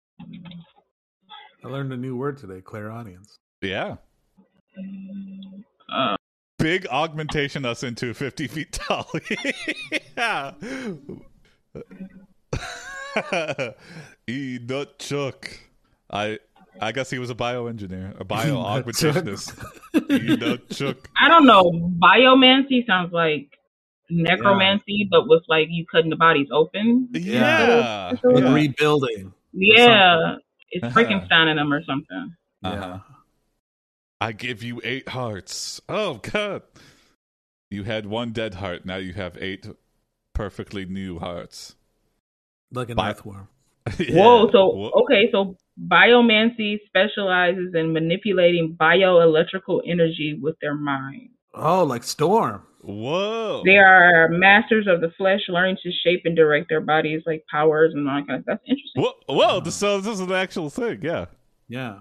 Speaker 2: I learned a new word today, clairaudience.
Speaker 1: Yeah.
Speaker 3: uh,
Speaker 1: Big augmentation us into 50 feet tall. <laughs> yeah. <laughs> e nut chuck. I I guess he was a bioengineer, a bio augmentationist. e nut chuck.
Speaker 3: I don't know. Biomancy sounds like necromancy, but with like you cutting the bodies open.
Speaker 1: Yeah.
Speaker 3: It's a- it's a-
Speaker 2: And
Speaker 1: Yeah.
Speaker 2: rebuilding.
Speaker 3: Yeah, it's
Speaker 1: Uh-huh.
Speaker 3: Frankenstein in them or something.
Speaker 2: Yeah.
Speaker 1: Uh-huh. I give you eight hearts. Oh god. You had one dead heart, now you have eight perfectly new hearts. <laughs>
Speaker 2: Like an
Speaker 1: Bi-
Speaker 2: earthworm.
Speaker 1: Yeah.
Speaker 3: Whoa. So oh.
Speaker 1: Wha-
Speaker 3: okay. So biomancy specializes in manipulating bioelectrical energy with their mind.
Speaker 2: Oh, like storm.
Speaker 1: Whoa.
Speaker 3: They are masters of the flesh, learning to shape and direct their bodies like powers and all that kind of. That's interesting.
Speaker 1: Whoa, whoa this, so this is an actual thing, yeah.
Speaker 2: Yeah.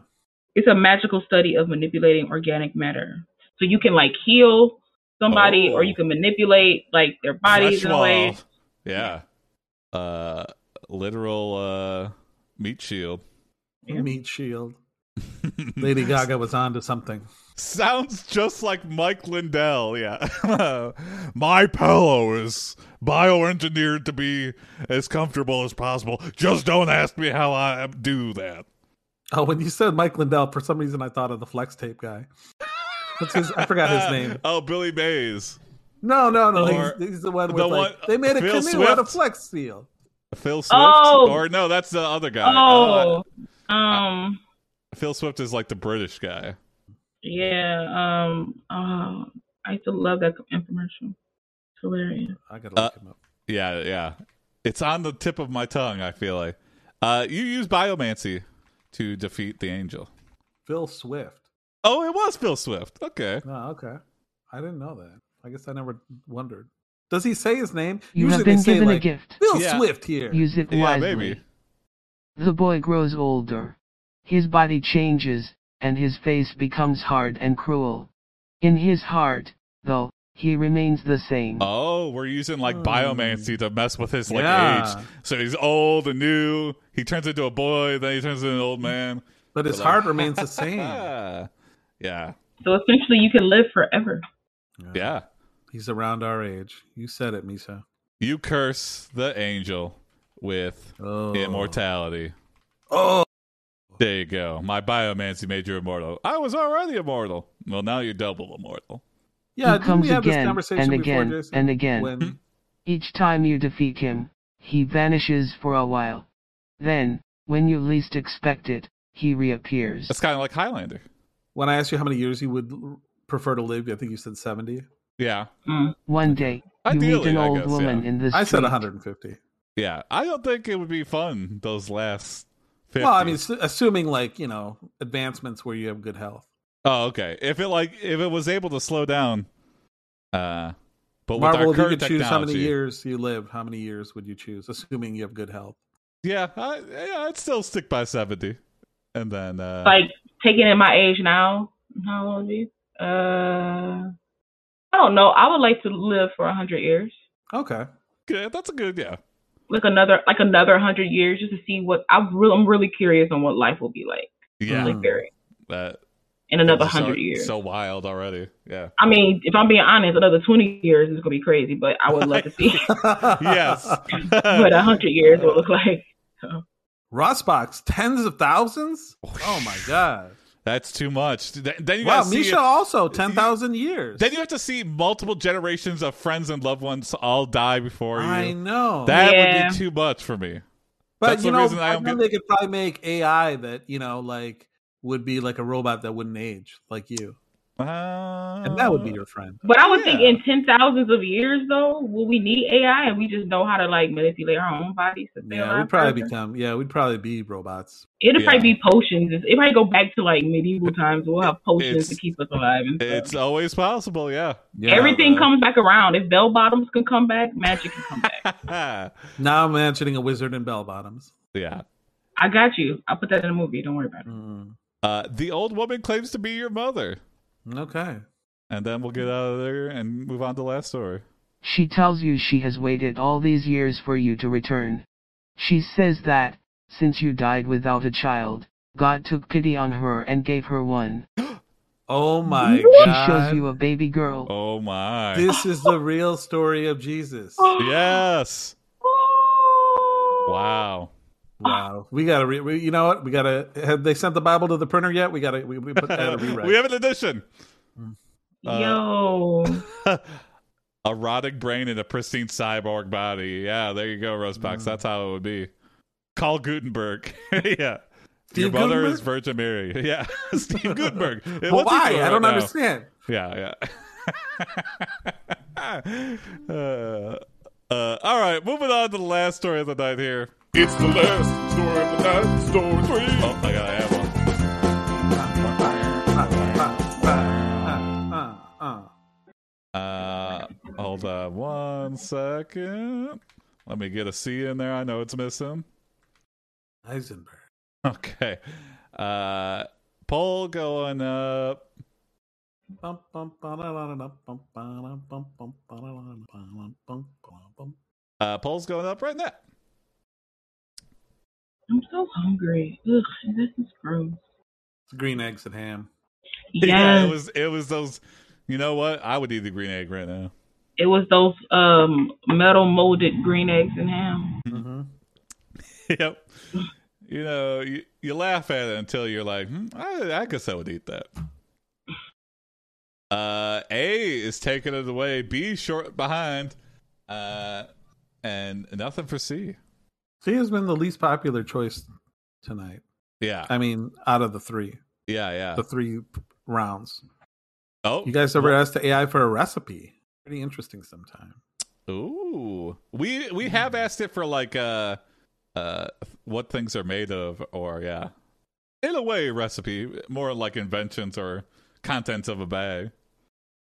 Speaker 3: It's a magical study of manipulating organic matter. So you can like heal somebody,
Speaker 1: Oh.
Speaker 3: or you can manipulate like their bodies
Speaker 1: Flesh
Speaker 3: in a way.
Speaker 1: wall. Yeah. Uh literal uh meat shield.
Speaker 3: Yeah.
Speaker 1: <laughs>
Speaker 2: Meat shield. Lady Gaga was onto something.
Speaker 1: Sounds just like Mike Lindell, yeah. <laughs> My pillow is bioengineered to be as comfortable as possible. Just don't ask me how I do that.
Speaker 2: Oh, when you said Mike Lindell, for some reason I thought of the flex tape guy. What's his, I forgot
Speaker 1: <laughs>
Speaker 2: his name.
Speaker 1: oh, Billy Mays.
Speaker 2: No, no, no.
Speaker 1: Or
Speaker 2: he's, he's the one
Speaker 1: the
Speaker 2: with like,
Speaker 1: one-
Speaker 2: they made a
Speaker 1: Phil
Speaker 2: canoe out of
Speaker 1: Swift.
Speaker 2: flex seal.
Speaker 1: Phil Swift?
Speaker 3: Oh.
Speaker 1: Or no, that's the other guy. Uh,
Speaker 3: Oh, um,
Speaker 1: Phil Swift is like the British guy.
Speaker 3: yeah, um, oh, I used to love that infomercial. It's hilarious.
Speaker 2: I gotta
Speaker 1: Uh,
Speaker 2: look him up.
Speaker 1: Yeah, yeah. It's on the tip of my tongue, I feel like. Uh, you use biomancy to defeat the angel.
Speaker 2: Phil Swift.
Speaker 1: Oh, it was Phil Swift. Okay.
Speaker 2: Oh, okay. I didn't know that. I guess I never wondered. Does he say his name?
Speaker 4: You
Speaker 2: Usually
Speaker 4: have been
Speaker 2: they say
Speaker 4: given a
Speaker 2: like,
Speaker 4: gift.
Speaker 2: Phil
Speaker 1: Yeah.
Speaker 2: Swift here.
Speaker 4: Use it
Speaker 1: Yeah,
Speaker 4: wisely.
Speaker 1: maybe.
Speaker 4: The boy grows older. His body changes, and his face becomes hard and cruel. In his heart, though, he remains the same.
Speaker 1: Oh, we're using like
Speaker 2: Hmm.
Speaker 1: biomancy to mess with his like
Speaker 2: Yeah.
Speaker 1: age. So he's old and new. He turns into a boy, then he turns into an old man.
Speaker 2: but his
Speaker 1: But,
Speaker 2: heart
Speaker 1: like-
Speaker 2: remains
Speaker 1: <laughs>
Speaker 2: the same.
Speaker 1: Ah.
Speaker 2: Yeah.
Speaker 1: yeah.
Speaker 3: So essentially, you can live forever.
Speaker 1: Yeah.
Speaker 2: He's around our age. You said it, Misa.
Speaker 1: You curse the angel with
Speaker 2: Oh.
Speaker 1: immortality.
Speaker 2: Oh.
Speaker 1: There you go. My biomancy made you immortal. I was already immortal. Well, now you're double immortal.
Speaker 2: Yeah,
Speaker 4: he
Speaker 2: didn't
Speaker 4: comes
Speaker 2: we have this
Speaker 4: again
Speaker 2: conversation
Speaker 4: and
Speaker 2: before,
Speaker 4: again
Speaker 2: Jason?
Speaker 4: and again.
Speaker 1: Hmm?
Speaker 2: When,
Speaker 4: Each time you defeat him, he vanishes for a while. Then, when you least expect it, he reappears.
Speaker 1: That's kind of like Highlander.
Speaker 2: when I asked you how many years you would l- prefer to live, I think you said 70.
Speaker 1: Yeah.
Speaker 3: Mm.
Speaker 4: One day, you meet
Speaker 1: Ideally,
Speaker 4: an
Speaker 1: I
Speaker 4: old
Speaker 1: guess,
Speaker 4: woman
Speaker 1: yeah.
Speaker 4: in the street.
Speaker 2: I said 150.
Speaker 1: Yeah. I don't think it would be fun, those last 50.
Speaker 2: Well, I mean, s- assuming like, you know, advancements where you have good health.
Speaker 1: Oh, okay. If it like if it was able to slow down, uh, but
Speaker 2: Marvel,
Speaker 1: with
Speaker 2: if you
Speaker 1: our
Speaker 2: could
Speaker 1: current
Speaker 2: choose
Speaker 1: technology,
Speaker 2: how many years you live, how many years would you choose, assuming you have good health?
Speaker 1: yeah, I, yeah, I'd still stick by seventy, and then uh,
Speaker 3: Like taking in my age now. How old are you? Uh, I don't know. I would like to live for a hundred years,
Speaker 2: <laughs> Okay.
Speaker 1: good, that's a good yeah.
Speaker 3: like another, like another hundred years, just to see what I'm really, I'm really curious on what life will be like,
Speaker 1: Yeah,
Speaker 2: Mm.
Speaker 3: like buried
Speaker 1: that
Speaker 3: in Mm-hmm. another
Speaker 1: those are
Speaker 3: hundred
Speaker 1: so,
Speaker 3: years.
Speaker 1: so wild already. Yeah,
Speaker 3: I mean, if I'm being honest, another 20 years is gonna be crazy, but I would love
Speaker 1: <laughs>
Speaker 3: to see <laughs>
Speaker 2: <laughs>
Speaker 1: yes,
Speaker 3: what a 100 years will look like.
Speaker 2: Rossbox, tens of thousands? Oh my God.
Speaker 1: That's too much. Th- Then you
Speaker 2: Wow,
Speaker 1: gotta see
Speaker 2: Misha
Speaker 1: it-
Speaker 2: also ten thousand years.
Speaker 1: Then you have to see multiple generations of friends and loved ones all die before you.
Speaker 2: I know
Speaker 1: That
Speaker 3: Yeah.
Speaker 1: would be too much for me.
Speaker 2: but
Speaker 1: that's
Speaker 2: you
Speaker 1: the
Speaker 2: know,
Speaker 1: reason I
Speaker 2: I
Speaker 1: don't
Speaker 2: know
Speaker 1: get-
Speaker 2: they could probably make AI that you know, like, would be like a robot that wouldn't age, like you, and that
Speaker 3: Oh.
Speaker 2: would be your friend.
Speaker 3: But I would think
Speaker 1: Yeah.
Speaker 3: in ten thousands of years though, will we need AI and we just know how to like manipulate our own bodies? To stay
Speaker 2: Yeah,
Speaker 3: alive
Speaker 2: we'd probably
Speaker 3: forever?
Speaker 2: become. Yeah, we'd probably be robots.
Speaker 3: It'll
Speaker 1: Yeah.
Speaker 3: probably be potions. It's- It might go back to like medieval times. We'll have potions
Speaker 1: It's-
Speaker 3: to keep us alive. And stuff.
Speaker 1: It's always possible, yeah. <laughs>
Speaker 2: Yeah,
Speaker 3: Everything
Speaker 2: man.
Speaker 3: comes back around. If bell bottoms can come back, magic can come back.
Speaker 2: Now I'm imagining a wizard in bell bottoms.
Speaker 1: yeah.
Speaker 3: I got you. I'll put that in a movie. Don't worry about it.
Speaker 2: Mm.
Speaker 1: Uh, the old woman claims to be your mother.
Speaker 2: Okay.
Speaker 1: And then we'll get out of there and move on to last story.
Speaker 4: She tells you she has waited all these years for you to return. She says that, since you died without a child, God took pity on her and gave her one.
Speaker 2: Oh my
Speaker 4: She
Speaker 2: god.
Speaker 4: shows you a baby girl.
Speaker 1: Oh my.
Speaker 2: This is the real story of Jesus.
Speaker 3: Oh,
Speaker 1: yes. Wow. Ah.
Speaker 2: Wow. We gotta re- we, you know what? We gotta have they sent the Bible to the printer yet? We gotta we, we put
Speaker 1: <laughs>
Speaker 2: that in a rewrite.
Speaker 1: we have an addition. Uh,
Speaker 3: Yo,
Speaker 1: A rotting brain and a pristine cyborg body. Yeah, there you go, Rosebox.
Speaker 2: Mm.
Speaker 1: That's how it would be. Call Gutenberg. <laughs> yeah. Your
Speaker 2: Steve
Speaker 1: mother
Speaker 2: Gutenberg?
Speaker 1: is Virgin Mary. <laughs> Yeah. Steve Gutenberg. Hey,
Speaker 2: But
Speaker 1: what's he
Speaker 2: why?
Speaker 1: doing
Speaker 2: I don't
Speaker 1: right now?
Speaker 2: understand.
Speaker 1: Yeah, yeah. <laughs> uh, uh, all right, moving on to the last story of the night here. It's the last story of the night, story three. Oh my god, I have one.
Speaker 2: Uh, uh, uh.
Speaker 1: Uh, hold on one second. Let me get a C in there. I know it's missing. <laughs>
Speaker 2: Heisenberg.
Speaker 1: Okay. Uh, poll going up.
Speaker 2: Bum, bum, ba-da-da-da-dum, bum, ba-da-dum, bum, ba-da-da-dum, ba-da-dum, bum, ba-da-dum.
Speaker 1: Uh, poll's going up right now.
Speaker 3: I'm so hungry. Ugh, this is gross.
Speaker 2: It's green eggs and ham.
Speaker 3: Yes,
Speaker 1: Yeah, it
Speaker 3: it, was,
Speaker 1: was. It was those. You know what? I would eat the green egg right now.
Speaker 3: those um metal molded green eggs and ham.
Speaker 2: Mm-hmm.
Speaker 1: <laughs> yep. You know, you, you laugh at it until you're like, hmm, I, I guess I would eat that. Uh, A is taking it away. B short behind, uh, and nothing for C.
Speaker 2: C has been the least popular choice tonight.
Speaker 1: Yeah,
Speaker 2: I mean, out of the three,
Speaker 1: yeah, yeah.
Speaker 2: the three rounds.
Speaker 1: Oh,
Speaker 2: You guys ever asked the AI for a recipe? Pretty interesting sometime.
Speaker 1: Ooh, we we have asked it for like uh, uh, what things are made of, or yeah, in a way, recipe more like inventions or contents of a bag.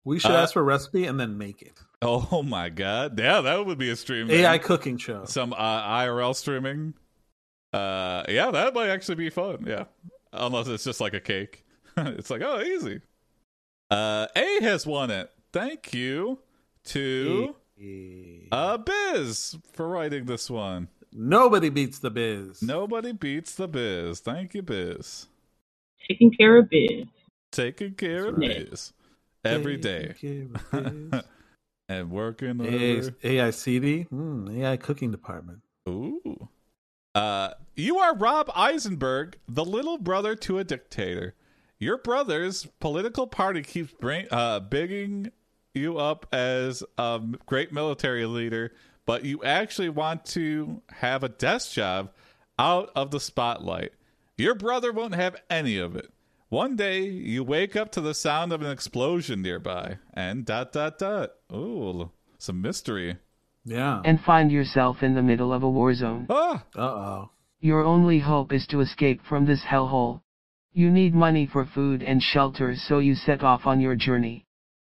Speaker 2: We should
Speaker 1: Uh,
Speaker 2: ask for a recipe and then make it.
Speaker 1: Oh my god, yeah, that would be a stream. then.
Speaker 2: AI cooking show.
Speaker 1: some uh, IRL streaming. Uh, yeah, that might actually be fun. Yeah, unless it's just like a cake. <laughs> it's like oh, easy. Uh, A has won it. Thank you to
Speaker 2: Eh,
Speaker 1: uh Biz for writing this one.
Speaker 2: Nobody beats the biz.
Speaker 1: Nobody beats the Biz. Thank you, Biz.
Speaker 3: Taking care of biz.
Speaker 1: Taking care of
Speaker 3: That's right.
Speaker 1: Biz every day
Speaker 2: Taking
Speaker 1: <laughs>
Speaker 2: care of biz.
Speaker 1: and working
Speaker 2: A's-
Speaker 1: over.
Speaker 2: AI CD, Hmm, AI cooking department.
Speaker 1: Ooh. Uh, you are Rob Eisenberg, the little brother to a dictator. Your brother's political party keeps bring, uh, bigging you up as a m- great military leader, but you actually want to have a desk job out of the spotlight. Your brother won't have any of it. One day, you wake up to the sound of an explosion nearby, and dot dot dot. Ooh, some mystery.
Speaker 2: Yeah.
Speaker 4: and find yourself in the middle of a war zone.
Speaker 1: Ah,
Speaker 2: Uh oh.
Speaker 4: Your only hope is to escape from this hellhole. You need money for food and shelter, so you set off on your journey.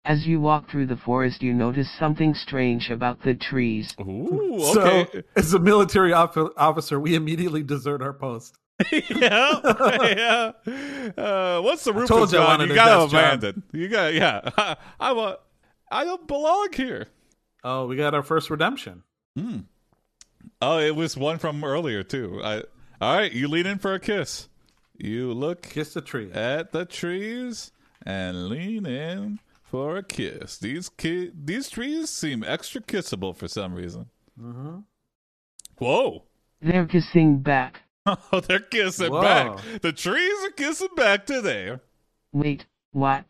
Speaker 4: As you walk through the forest, you notice something strange about the trees.
Speaker 1: ooh, okay.
Speaker 2: So, as a military offi- officer, we immediately desert our post.
Speaker 1: <laughs> yeah, <laughs> yeah. Uh, once the roof
Speaker 2: told
Speaker 1: is
Speaker 2: you I
Speaker 1: gone,
Speaker 2: wanted
Speaker 1: you
Speaker 2: a
Speaker 1: gotta
Speaker 2: desk job.
Speaker 1: abandon. You gotta, yeah. <laughs> I, I want. I don't belong here.
Speaker 2: Oh, we got our first redemption.
Speaker 1: Oh, it was one from earlier too. I, all right, you lean in for a kiss. You look
Speaker 2: Kiss the tree.
Speaker 1: at the trees and lean in for a kiss. These ki- these trees seem extra kissable for some reason.
Speaker 2: hmm
Speaker 1: Whoa. <laughs>
Speaker 4: They're kissing back.
Speaker 1: Oh, they're kissing
Speaker 2: Whoa.
Speaker 1: back. The trees are kissing back today.
Speaker 4: Wait, what?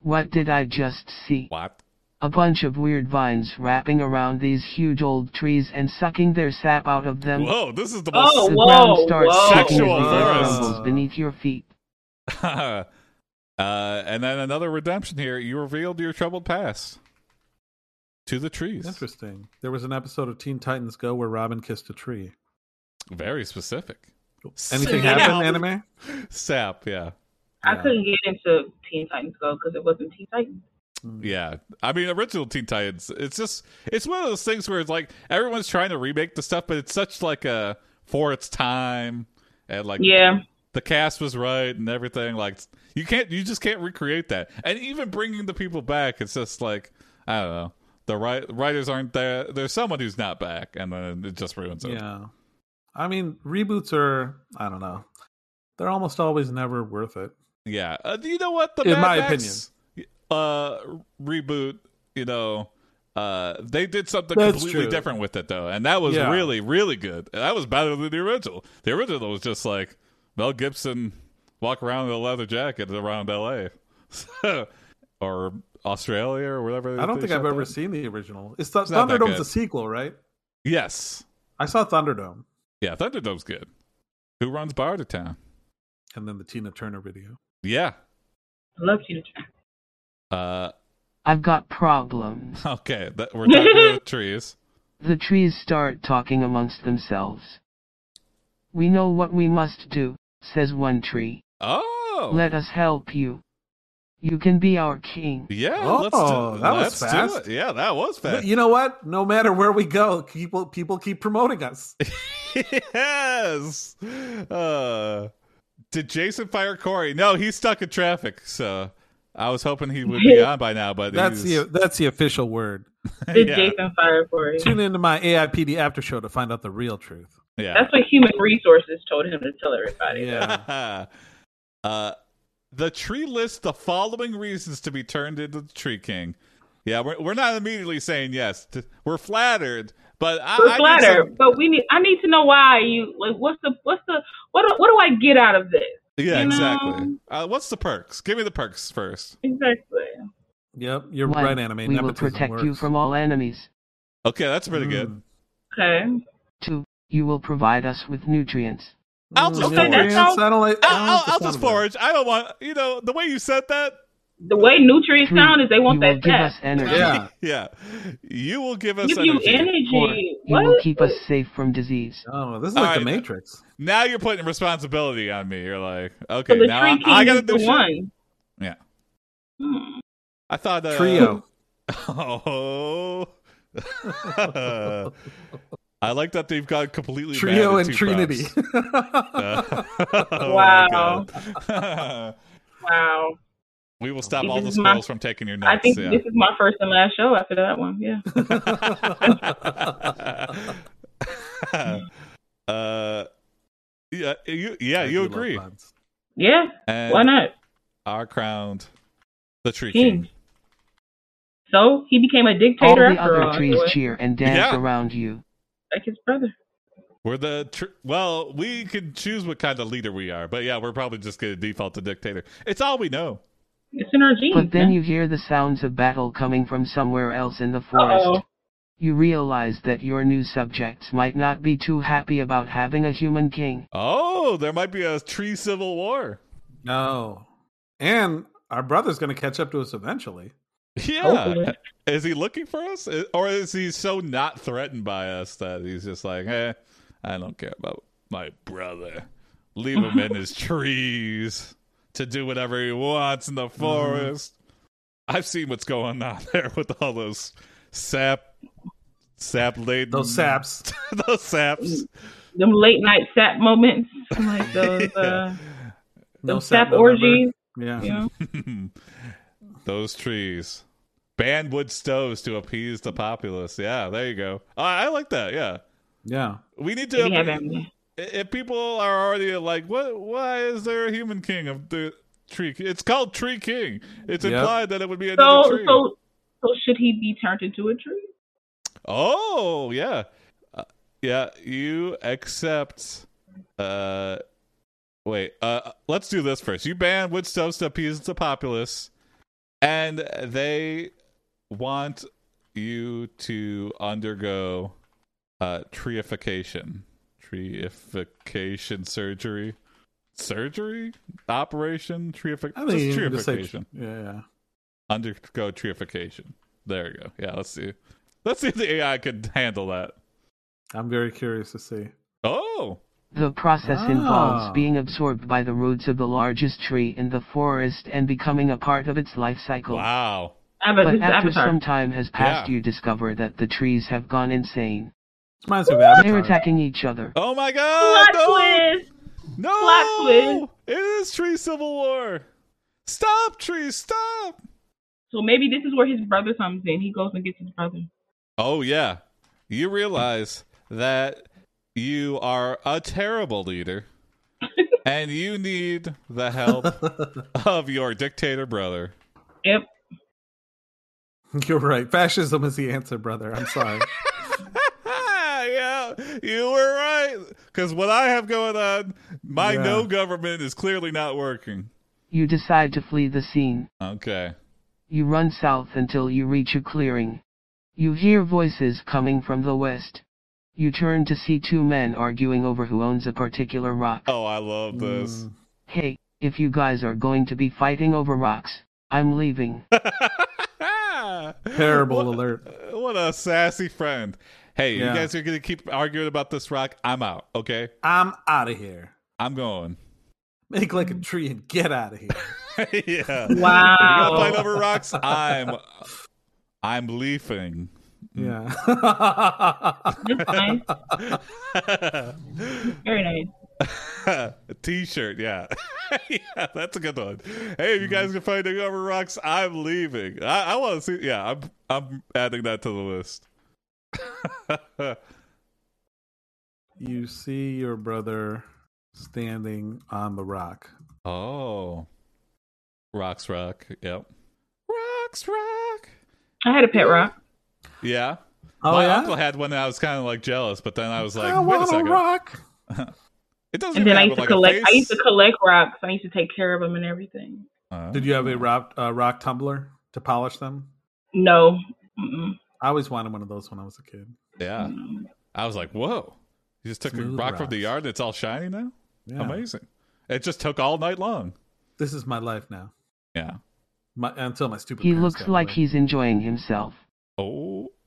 Speaker 4: What did I just see?
Speaker 1: What?
Speaker 4: A bunch of weird vines wrapping around these huge old trees and sucking their sap out of them.
Speaker 1: Whoa, this is the most.
Speaker 3: Oh,
Speaker 4: The
Speaker 3: whoa,
Speaker 4: ground starts
Speaker 3: whoa.
Speaker 4: shaking as
Speaker 1: Sexual
Speaker 4: the earth
Speaker 1: forest.
Speaker 4: crumbles beneath your feet.
Speaker 1: <laughs> uh, and then another redemption here. You revealed your troubled past to the trees.
Speaker 2: Interesting. There was an episode of Teen Titans Go where Robin kissed a tree.
Speaker 1: Very specific.
Speaker 2: Anything
Speaker 1: Sap.
Speaker 2: happen, anime?
Speaker 1: Sap, yeah.
Speaker 3: I
Speaker 2: Yeah.
Speaker 3: couldn't get into Teen Titans Go because it wasn't Teen Titans.
Speaker 1: Yeah. I mean, original Teen Titans, it's just, it's one of those things where it's like everyone's trying to remake the stuff, but it's such like a for its time and like
Speaker 3: Yeah,
Speaker 1: the cast was right and everything. Like, you can't, you just can't recreate that. And even bringing the people back, it's just like, I don't know. The ri- writers aren't there. There's someone who's not back, and then it just ruins it.
Speaker 2: Yeah. I mean, reboots are, I don't know. They're almost always never worth it.
Speaker 1: Yeah. Uh, you know what? The
Speaker 2: In
Speaker 1: Mad
Speaker 2: my
Speaker 1: Max, uh, reboot. You know, uh, they did something
Speaker 2: That's
Speaker 1: completely
Speaker 2: true.
Speaker 1: different with it though, and that was
Speaker 2: Yeah.
Speaker 1: really, really good. And That was better than the original. The original was just like Mel Gibson walk around in a leather jacket around <laughs> L.A. or Australia or whatever.
Speaker 2: I don't
Speaker 1: they
Speaker 2: think
Speaker 1: shot
Speaker 2: I've ever
Speaker 1: that.
Speaker 2: seen the original. It's, th-
Speaker 1: not that
Speaker 2: Thunderdome's
Speaker 1: good.
Speaker 2: a sequel, right?
Speaker 1: Yes.
Speaker 2: I saw Thunderdome
Speaker 1: Yeah, Thunderdome's good. Who runs Bartertown?
Speaker 2: and then the Tina Turner video.
Speaker 1: Yeah.
Speaker 3: I love
Speaker 1: <laughs>
Speaker 3: Teen Titans.
Speaker 1: Uh, <laughs>
Speaker 4: I've got problems.
Speaker 1: okay. That, we're talking about trees.
Speaker 4: The trees start talking amongst themselves. We know what we must do, says one tree.
Speaker 1: Oh.
Speaker 4: Let us help you. You can be our king.
Speaker 1: Yeah,
Speaker 2: Oh,
Speaker 1: let's do,
Speaker 2: that was
Speaker 1: let's do
Speaker 2: fast.
Speaker 1: it. Yeah, that was
Speaker 2: But
Speaker 1: fast.
Speaker 2: you know what? No matter where we go, people people keep
Speaker 1: <laughs>
Speaker 2: promoting us.
Speaker 1: yes. Uh, did Jason fire Corey? No, he's stuck in traffic. So I was hoping he would be on by now, but
Speaker 2: That's
Speaker 1: he's,
Speaker 2: the that's the official word.
Speaker 3: Did
Speaker 1: yeah,
Speaker 3: Jason fire for it?
Speaker 2: Tune into my AIPD after show to find out the real truth.
Speaker 1: yeah. <laughs>
Speaker 3: That's what Human Resources told him to tell everybody.
Speaker 2: Yeah.
Speaker 1: uh, the tree lists the following reasons to be turned into the Tree King. Yeah, we're, we're not immediately saying yes. T- We're flattered, but I,
Speaker 3: We're
Speaker 1: I need
Speaker 3: flattered,
Speaker 1: some-
Speaker 3: but we need. I need to know why you like. What's the what's the what do, what do I get out of this
Speaker 1: yeah,
Speaker 3: you know?
Speaker 1: exactly. Uh, what's the perks? Give me the perks first.
Speaker 3: exactly?
Speaker 2: <laughs> Yep, you're
Speaker 4: One,
Speaker 2: right, anime.
Speaker 4: We will
Speaker 2: Nepotism
Speaker 4: protect
Speaker 2: works.
Speaker 4: you from all enemies.
Speaker 1: Okay, that's pretty good.
Speaker 2: Mm.
Speaker 3: Okay,
Speaker 4: Two, you will provide us with nutrients.
Speaker 1: I'll just
Speaker 2: Mm,
Speaker 3: forward.
Speaker 2: yeah, Vance, I don't like.
Speaker 1: I'll, I'll,
Speaker 2: I don't like the
Speaker 1: I'll
Speaker 2: sound
Speaker 1: just
Speaker 2: of that.
Speaker 1: forage. I don't want you know the way you said that.
Speaker 3: the way nutrients
Speaker 4: Three,
Speaker 3: sound is they want
Speaker 4: Hmm. you will
Speaker 3: that
Speaker 4: give us
Speaker 3: test.
Speaker 4: energy.
Speaker 2: Yeah.
Speaker 1: Yeah, you will give us
Speaker 3: Give you
Speaker 1: energy.
Speaker 4: Four,
Speaker 3: energy.
Speaker 4: you
Speaker 3: What?
Speaker 4: will keep us safe from disease.
Speaker 2: Oh, this is
Speaker 1: All
Speaker 2: like the
Speaker 1: right.
Speaker 2: Matrix.
Speaker 1: now you're putting responsibility on me. You're like,
Speaker 3: So
Speaker 1: okay,
Speaker 3: the
Speaker 1: now
Speaker 3: tree
Speaker 1: I,
Speaker 3: king
Speaker 1: I gotta
Speaker 3: is
Speaker 1: do
Speaker 3: the
Speaker 1: shit.
Speaker 3: one.
Speaker 1: Yeah,
Speaker 3: Hmm.
Speaker 1: I thought uh,
Speaker 2: Trio.
Speaker 1: <laughs> Oh, <laughs> I like that they've gone completely
Speaker 2: Trio
Speaker 1: mad at
Speaker 2: and
Speaker 1: two
Speaker 2: Trinity. <laughs>
Speaker 1: props. Uh, <laughs> oh my
Speaker 3: Wow.
Speaker 1: God. <laughs>
Speaker 3: Wow.
Speaker 1: we will stop
Speaker 3: This
Speaker 1: all the
Speaker 3: is my-
Speaker 1: squirrels from taking your
Speaker 3: I
Speaker 1: nuts.
Speaker 3: think
Speaker 1: yeah.
Speaker 3: this is my first and last show after that one. Yeah.
Speaker 1: <laughs> uh, yeah, you, yeah,
Speaker 2: I
Speaker 1: you
Speaker 2: do love
Speaker 1: agree.
Speaker 2: puns.
Speaker 3: Yeah.
Speaker 1: And
Speaker 3: Why not?
Speaker 1: Are crowned the tree king.
Speaker 3: King. So he became a
Speaker 4: All
Speaker 3: dictator
Speaker 4: the
Speaker 3: after
Speaker 4: other
Speaker 3: all.
Speaker 4: trees
Speaker 3: so it's
Speaker 4: cheer and dance
Speaker 1: Yeah.
Speaker 4: around you.
Speaker 3: Like his brother.
Speaker 1: We're the tr- well, we can choose what kind of leader we are, but yeah, we're probably just gonna default to dictator. It's all we know.
Speaker 3: It's in our genes.
Speaker 4: But then
Speaker 3: man.
Speaker 4: you hear the sounds of battle coming from somewhere else in the forest.
Speaker 3: Uh-oh.
Speaker 4: You realize that your new subjects might not be too happy about having a human king.
Speaker 1: Oh, there might be a tree civil war.
Speaker 2: No. And our brother's going to catch up to us eventually.
Speaker 1: Yeah,
Speaker 3: Hopefully.
Speaker 1: is he looking for us, I- or is he so not threatened by us that he's just like, eh, I don't care about my brother. Leave him in his trees to do whatever he wants in the forest. I've seen what's going on <laughs> there with all those sap, sap laden
Speaker 2: Those saps.
Speaker 1: Mm. <laughs> those saps.
Speaker 3: Them late night sap moments.
Speaker 4: <laughs>
Speaker 3: Like those uh
Speaker 2: No
Speaker 3: those sap,
Speaker 2: November.
Speaker 3: orgies.
Speaker 2: Yeah.
Speaker 3: You know?
Speaker 1: those trees. Ban wood stoves to appease the populace. Yeah, there you go. I, I like that. Yeah,
Speaker 2: Yeah.
Speaker 1: we need to.
Speaker 3: We have amnesia.
Speaker 1: if people are already like, what? Why is there a human king of the tree? It's called Tree King. It's
Speaker 2: Yep.
Speaker 1: implied that it would be another
Speaker 3: So
Speaker 1: tree.
Speaker 3: so so should he be turned into a tree?
Speaker 1: oh yeah, Uh, yeah. You accept Uh, wait. Uh, let's do this first. You ban Woodstove's to appease the populace, and they want you to undergo uh treification, treification surgery, surgery, operation, treific.
Speaker 2: I mean,
Speaker 1: just
Speaker 2: you just say,
Speaker 1: treification.
Speaker 2: yeah.
Speaker 1: undergo treification. There you go. Yeah, let's see. Let's see if the AI could handle that.
Speaker 2: I'm very curious to see.
Speaker 1: Oh,
Speaker 4: The process
Speaker 2: Ah.
Speaker 4: involves being absorbed by the roots of the largest tree in the forest and becoming a part of its life cycle.
Speaker 1: wow.
Speaker 3: Ava-
Speaker 4: But
Speaker 3: this is
Speaker 4: after
Speaker 3: Avatar.
Speaker 4: some time has passed,
Speaker 1: Yeah.
Speaker 4: you discover that the trees have gone insane.
Speaker 2: Reminds me of Avatar.
Speaker 4: They're attacking each other.
Speaker 1: Oh my god!
Speaker 3: Plot
Speaker 1: no!
Speaker 3: twist!
Speaker 1: No!
Speaker 3: Blackwood.
Speaker 1: It is Tree Civil War. Stop, Tree, stop.
Speaker 3: So maybe this is where his brother comes in. He goes and gets his brother.
Speaker 1: Oh yeah. You realize that you are a terrible leader and you need the help of your dictator brother.
Speaker 3: Yep.
Speaker 2: <laughs> You're right. Fascism is the answer, brother. I'm sorry.
Speaker 1: Ah, yeah, you were right. Cuz what I have going on, my
Speaker 2: Yeah.
Speaker 1: no government is clearly not working.
Speaker 4: You decide to flee the scene.
Speaker 1: Okay.
Speaker 4: You run south until you reach a clearing. You hear voices coming from the west. You turn to see two men arguing over who owns a particular rock.
Speaker 1: Oh, I love this.
Speaker 2: Mm.
Speaker 4: Hey, if you guys are going to be fighting over rocks, I'm leaving.
Speaker 1: <laughs>
Speaker 2: Terrible
Speaker 1: What-
Speaker 2: alert.
Speaker 1: Ah, What a sassy friend. Hey,
Speaker 2: Yeah.
Speaker 1: you guys are going to keep arguing about this rock. I'm out, okay?
Speaker 2: I'm out of here.
Speaker 1: I'm going. <laughs>
Speaker 2: Make like a tree and get out of here.
Speaker 1: yeah.
Speaker 3: Wow.
Speaker 1: You're going to <laughs> fight over rocks? I'm I'm
Speaker 2: <laughs>
Speaker 1: leafing.
Speaker 2: Yeah.
Speaker 3: That's nice. Very nice.
Speaker 1: a <laughs> t-shirt, yeah. yeah, that's a good one. Hey, if you guys are fighting over rocks, I'm leaving. I, I want to see. Yeah, I'm I'm adding that to the list.
Speaker 2: <laughs>
Speaker 1: <laughs>
Speaker 2: you see your brother standing on the rock.
Speaker 1: oh, rocks rock. Yep, rocks rock.
Speaker 3: I had a pet rock.
Speaker 1: Yeah.
Speaker 2: Oh
Speaker 1: My
Speaker 2: yeah.
Speaker 1: uncle had one that I was kind of like jealous, but then I was like,
Speaker 2: I
Speaker 1: wait a
Speaker 2: want a
Speaker 1: second.
Speaker 2: rock.
Speaker 1: It doesn't.
Speaker 3: And then I
Speaker 1: have,
Speaker 3: used to
Speaker 1: like, a
Speaker 3: collect. I
Speaker 1: face.
Speaker 3: used to collect rocks. I used to take care of them and everything.
Speaker 1: Uh,
Speaker 2: Did you have a rock, uh, rock tumbler to polish them?
Speaker 3: No. Mm-mm.
Speaker 2: I always wanted one of those when I was a kid.
Speaker 1: Yeah. I was like, whoa. You just took a
Speaker 2: Smooth
Speaker 1: rock from the
Speaker 2: rocks.
Speaker 1: yard. and It's all shiny now.
Speaker 2: Yeah.
Speaker 1: Amazing. It just took all night long.
Speaker 2: This is my life now.
Speaker 1: Yeah.
Speaker 2: My, until my stupid.
Speaker 4: He
Speaker 2: parents
Speaker 4: looks
Speaker 2: got
Speaker 4: like
Speaker 2: <laughs> away.
Speaker 4: he's enjoying himself.
Speaker 1: Oh. <laughs>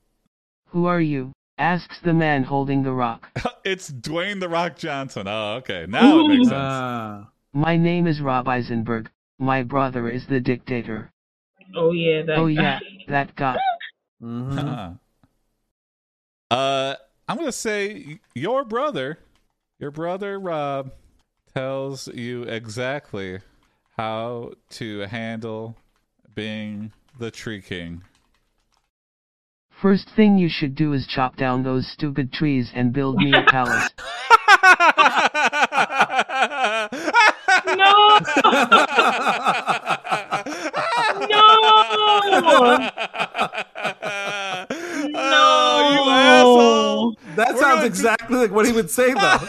Speaker 4: Who are you? asks the man holding the rock.
Speaker 1: it's Dwayne the Rock Johnson. Oh, okay. Now it makes sense.
Speaker 2: Ah.
Speaker 4: My name is Rob Eisenberg. My brother is the dictator.
Speaker 3: Oh yeah. That,
Speaker 4: Oh yeah, that guy.
Speaker 2: mhm.
Speaker 3: Uh-huh.
Speaker 1: <laughs> Uh, I'm gonna say y- your brother, your brother Rob, tells you exactly how to handle being the tree king. <laughs>
Speaker 4: First thing you should do is chop down those stupid trees and build me a palace.
Speaker 2: <laughs>
Speaker 3: <laughs> no. no.
Speaker 1: <laughs> Oh, you
Speaker 2: That
Speaker 1: We're
Speaker 2: sounds
Speaker 1: gonna-
Speaker 2: exactly like what he would say,
Speaker 1: <laughs>
Speaker 2: though.
Speaker 1: asshole!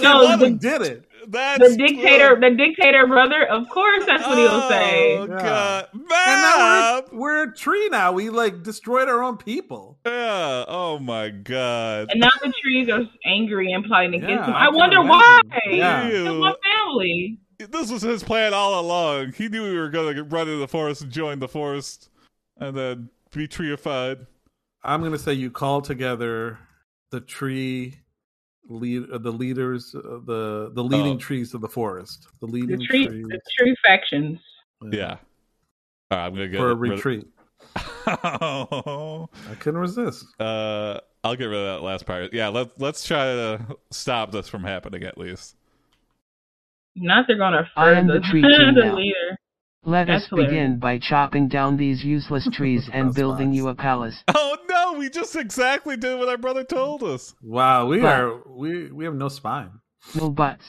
Speaker 3: No.
Speaker 2: we
Speaker 3: The,
Speaker 2: did it.
Speaker 1: That's
Speaker 2: <laughs>
Speaker 3: the dictator. The dictator brother. Of course, that's what he'll
Speaker 1: Oh
Speaker 3: say.
Speaker 1: god,
Speaker 2: And now
Speaker 1: Mab!
Speaker 2: we're, we're a tree now. We like destroyed our own people.
Speaker 1: Yeah. Oh my god.
Speaker 3: And now the trees are angry and plotting against
Speaker 2: Yeah,
Speaker 3: him.
Speaker 2: I
Speaker 3: I,
Speaker 2: can
Speaker 3: wonder
Speaker 2: imagine.
Speaker 3: why.
Speaker 2: Yeah.
Speaker 3: It's
Speaker 1: Ew.
Speaker 3: my family.
Speaker 1: This was his plan all along. He knew we were going to run into the forest and join the forest, and then be treified.
Speaker 2: I'm gonna say you call together the tree lead, uh, the leaders, uh, the the leading
Speaker 1: Oh.
Speaker 2: trees of the forest, the
Speaker 3: The
Speaker 2: leading
Speaker 3: tree.
Speaker 2: trees
Speaker 3: The tree factions.
Speaker 1: Yeah. All right, I'm gonna get
Speaker 2: for a
Speaker 1: rid- <laughs>
Speaker 2: retreat.
Speaker 1: uh,
Speaker 2: I couldn't resist.
Speaker 1: I'll get rid of that last part. Yeah, let's let's try to stop this from happening at least.
Speaker 3: Not they're gonna
Speaker 4: I
Speaker 3: further
Speaker 4: am the
Speaker 3: the, <laughs>
Speaker 4: tree king now.
Speaker 3: leader.
Speaker 4: Let us
Speaker 3: That's hilarious.
Speaker 4: begin by chopping down these useless trees and
Speaker 2: That's
Speaker 4: building
Speaker 2: nice.
Speaker 4: you a palace.
Speaker 1: Oh no, we just exactly did what our brother told us.
Speaker 2: Wow, we
Speaker 4: But-
Speaker 2: are we we have no spine.
Speaker 4: No buts.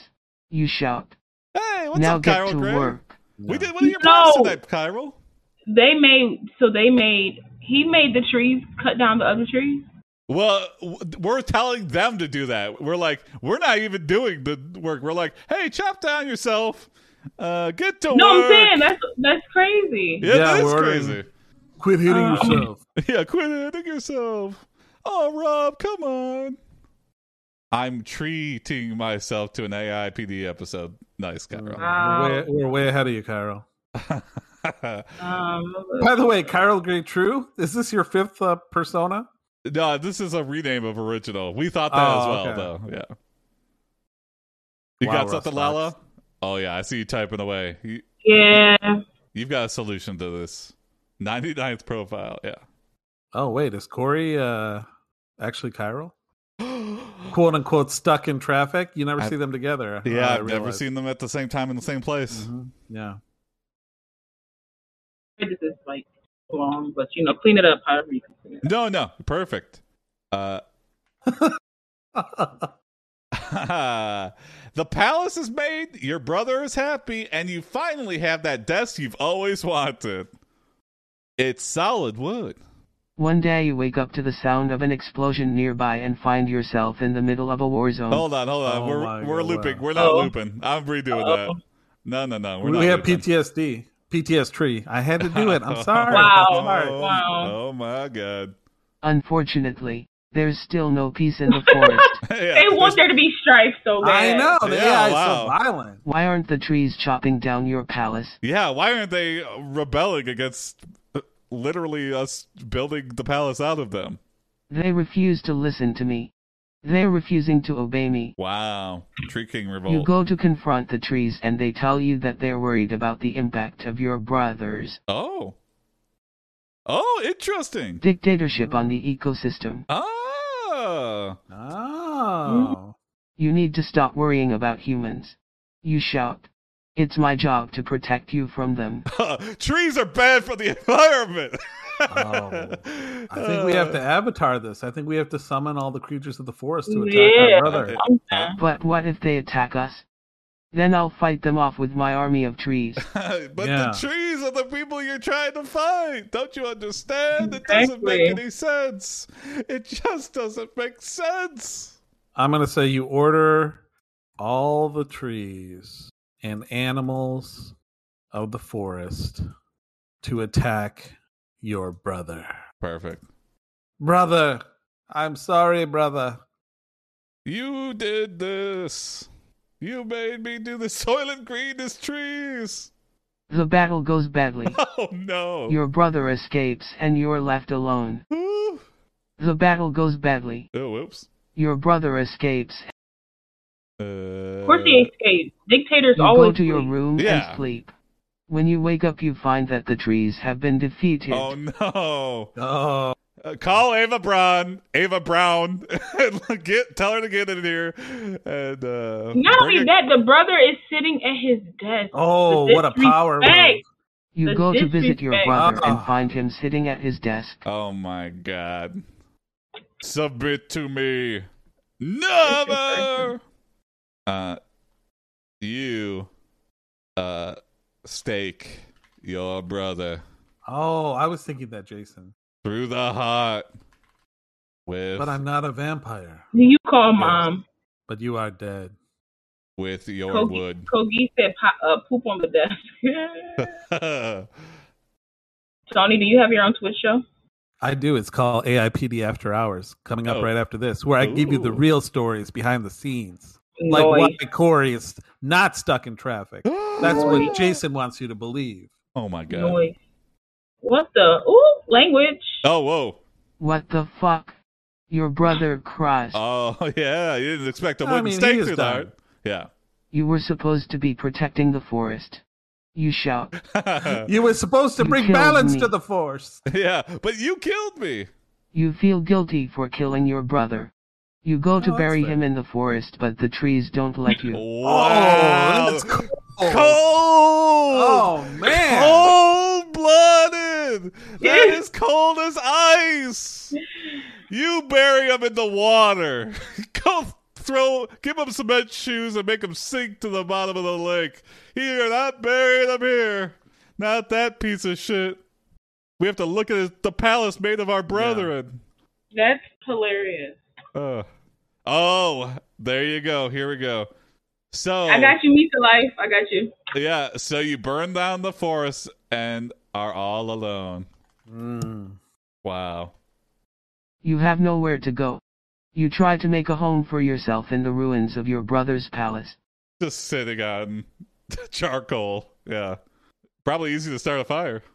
Speaker 4: You shout.
Speaker 1: Hey, what's
Speaker 4: now
Speaker 1: up,
Speaker 4: get
Speaker 1: Chiral
Speaker 4: to
Speaker 1: Gray?
Speaker 4: work.
Speaker 1: We
Speaker 2: No.
Speaker 1: did one of your plans
Speaker 3: No.
Speaker 1: tonight, Chiral.
Speaker 3: They made so they made he made the trees cut down the other trees.
Speaker 1: Well, w- we're telling them to do that. We're like, we're not even doing the work. We're like, hey, chop down yourself. Uh, get to
Speaker 3: No,
Speaker 1: work.
Speaker 3: I'm saying that's that's crazy.
Speaker 1: yeah,
Speaker 2: Yeah,
Speaker 1: that is
Speaker 2: we're ordering-
Speaker 1: crazy. <laughs>
Speaker 2: Quit hitting
Speaker 3: Uh,
Speaker 2: yourself.
Speaker 1: Yeah, quit editing yourself. Oh, Rob, come on. I'm treating myself to an AIPD episode. Nice, guy, Rob.
Speaker 3: Wow.
Speaker 2: We're, way, we're way ahead of you, Cairo.
Speaker 3: Um,
Speaker 2: By the way, Cairo Gray True, is this your fifth uh, persona?
Speaker 1: <laughs> no, this is a rename of original. We thought that
Speaker 2: Oh,
Speaker 1: as well, though. Yeah. You
Speaker 2: Wow,
Speaker 1: got
Speaker 2: Russ
Speaker 1: something,
Speaker 2: Fox.
Speaker 1: Lala? Oh yeah, I see you typing away. You,
Speaker 3: yeah.
Speaker 1: you've got a solution to this. 99th profile.
Speaker 2: Oh wait, is Corey uh, actually Cairo?
Speaker 1: Yeah.
Speaker 2: "Quote unquote" stuck in traffic. You never
Speaker 1: I-
Speaker 2: see them together.
Speaker 1: yeah,
Speaker 2: I
Speaker 1: I've never
Speaker 2: realized.
Speaker 1: seen them at the same time in the same place. <laughs>
Speaker 2: Mhm. Yeah.
Speaker 3: This is like long, but you know, clean it up however you can clean it. Up.
Speaker 1: No, no, perfect. Uh, <laughs> the palace is made, your brother is happy, and you finally have that desk you've always wanted. It's solid wood.
Speaker 4: One day you wake up to the sound of an explosion nearby and find yourself in the middle of a war zone.
Speaker 1: Hold on, hold on.
Speaker 2: Oh my
Speaker 1: we're we're
Speaker 2: God,
Speaker 1: looping.
Speaker 2: wow.
Speaker 1: We're not
Speaker 3: Oh.
Speaker 1: looping. I'm redoing
Speaker 3: Oh.
Speaker 1: that. No, no, no. We're
Speaker 2: we
Speaker 1: not
Speaker 2: have
Speaker 1: looping.
Speaker 2: PTSD. PTS tree. I had to do it.
Speaker 1: <laughs>
Speaker 2: I'm sorry.
Speaker 3: Wow.
Speaker 2: I'm sorry.
Speaker 3: Wow.
Speaker 1: Oh my god. <laughs>
Speaker 4: Unfortunately, there's still no peace in the forest.
Speaker 1: Yeah,
Speaker 3: They want there to be strife so
Speaker 2: I
Speaker 3: bad.
Speaker 2: know. The
Speaker 1: Yeah,
Speaker 2: AI is
Speaker 1: wow.
Speaker 2: so violent.
Speaker 4: Why aren't the trees chopping down your palace?
Speaker 1: yeah, why aren't they uh, rebelling against uh, literally us building the palace out of them?
Speaker 4: They refuse to listen to me. They're refusing to obey me.
Speaker 1: Wow. Tree King
Speaker 4: You
Speaker 1: Revolt.
Speaker 4: go to confront the trees and they tell you that they're worried about the impact of your brother's
Speaker 1: oh. Oh, interesting.
Speaker 4: dictatorship on the ecosystem.
Speaker 1: Oh.
Speaker 2: Oh.
Speaker 4: You need to stop worrying about humans. You shout. It's my job to protect you from them.
Speaker 1: <laughs> Trees are bad for the environment.
Speaker 2: Oh. I think
Speaker 1: <laughs>
Speaker 2: we have to avatar this. I think we have to summon all the creatures of the forest to attack
Speaker 3: Yeah.
Speaker 2: our brother.
Speaker 3: Yeah.
Speaker 4: But what if they attack us? Then I'll fight them off with my army
Speaker 1: <laughs>
Speaker 4: of trees.
Speaker 1: <laughs> but
Speaker 2: Yeah.
Speaker 1: the trees are the people you're trying to fight. Don't you understand? It doesn't make
Speaker 3: Exactly.
Speaker 1: any sense. It just doesn't make sense.
Speaker 2: I'm going to say you order all the trees and animals of the forest to attack your brother.
Speaker 1: Perfect.
Speaker 2: Brother, I'm sorry, brother.
Speaker 1: You did this. You made me do the <laughs> soil and green as trees. <laughs>
Speaker 4: The battle goes badly.
Speaker 1: Oh no.
Speaker 4: Your brother escapes and you're left alone.
Speaker 1: Ooh.
Speaker 4: The battle goes badly.
Speaker 1: oh, whoops.
Speaker 4: Your brother escapes.
Speaker 1: Uh,
Speaker 3: Of course they escape. Dictators
Speaker 4: You go
Speaker 3: always
Speaker 4: to your
Speaker 3: leave.
Speaker 4: room
Speaker 1: Yeah.
Speaker 4: and sleep. When you wake up, you find that the trees have been defeated.
Speaker 1: oh no.
Speaker 2: Oh,
Speaker 1: Uh, call Ava Brown, Ava Brown, <laughs> and get tell her to get in here. And uh,
Speaker 3: Not
Speaker 1: bring
Speaker 3: only
Speaker 1: her-
Speaker 3: that, the brother is sitting at his desk.
Speaker 2: oh
Speaker 3: The
Speaker 2: what a power!
Speaker 3: disrespect.
Speaker 2: move.
Speaker 4: you
Speaker 3: the
Speaker 4: go to visit your
Speaker 3: disrespect.
Speaker 4: brother
Speaker 2: Ah.
Speaker 4: and find him sitting at his desk.
Speaker 1: Oh my god! Submit to me,
Speaker 2: <laughs>
Speaker 1: never. Uh, you, uh, stake your brother
Speaker 2: Oh, I was thinking that, Jason.
Speaker 1: through the heart with
Speaker 2: But I'm not a vampire.
Speaker 3: You call mom.
Speaker 2: But you are dead.
Speaker 1: with your
Speaker 3: Kogi,
Speaker 1: wood. <laughs>
Speaker 3: Kogi said po- uh, poop on the desk. <laughs>
Speaker 1: Oh
Speaker 3: Tony, do you have your own Twitch show?
Speaker 2: I do. It's called AIPD After Hours, coming up
Speaker 1: Oh.
Speaker 2: right after this, where I give you the
Speaker 1: Ooh.
Speaker 2: real stories behind the scenes, like why
Speaker 3: Nice.
Speaker 2: Corey is not stuck in traffic. That's what Jason wants you to believe.
Speaker 1: oh my god!
Speaker 3: Noise. What the? Ooh, language.
Speaker 1: Oh whoa!
Speaker 4: What the fuck? Your brother crushed.
Speaker 1: Oh <laughs> yeah, you didn't expect a
Speaker 2: I
Speaker 1: wooden
Speaker 2: mean, he
Speaker 1: stake
Speaker 2: is
Speaker 1: through
Speaker 2: done.
Speaker 1: that. Yeah. <laughs>
Speaker 4: you were supposed to be protecting the forest. You shout.
Speaker 2: You were supposed to
Speaker 4: You
Speaker 2: bring
Speaker 4: killed
Speaker 2: balance
Speaker 4: me.
Speaker 2: to the force.
Speaker 1: yeah, but you killed me.
Speaker 4: You feel guilty for killing your brother. You go to
Speaker 2: that's
Speaker 4: bury
Speaker 2: fair.
Speaker 4: him in the forest, but the trees don't let you.
Speaker 1: Wow.
Speaker 2: Oh, that's cold.
Speaker 1: Oh, cold.
Speaker 2: Oh
Speaker 1: Cold
Speaker 2: man.
Speaker 1: blooded. That is cold as ice. You bury him in the water. <laughs> Go throw, give him cement shoes and make him sink to the bottom of the lake. Here, not burying him here. Not that piece of shit. We have to look at the palace made of our brethren.
Speaker 3: That's hilarious.
Speaker 1: Uh, oh, there you go. Here we go. So
Speaker 3: I got you, meet the life. I got you.
Speaker 1: yeah, so you burn down the forest and are all alone.
Speaker 2: Mm.
Speaker 1: Wow.
Speaker 4: You have nowhere to go. You try to make a home for yourself in the ruins of your brother's palace.
Speaker 1: Just sitting on <laughs> charcoal. Yeah. Probably easy to start a fire. <laughs>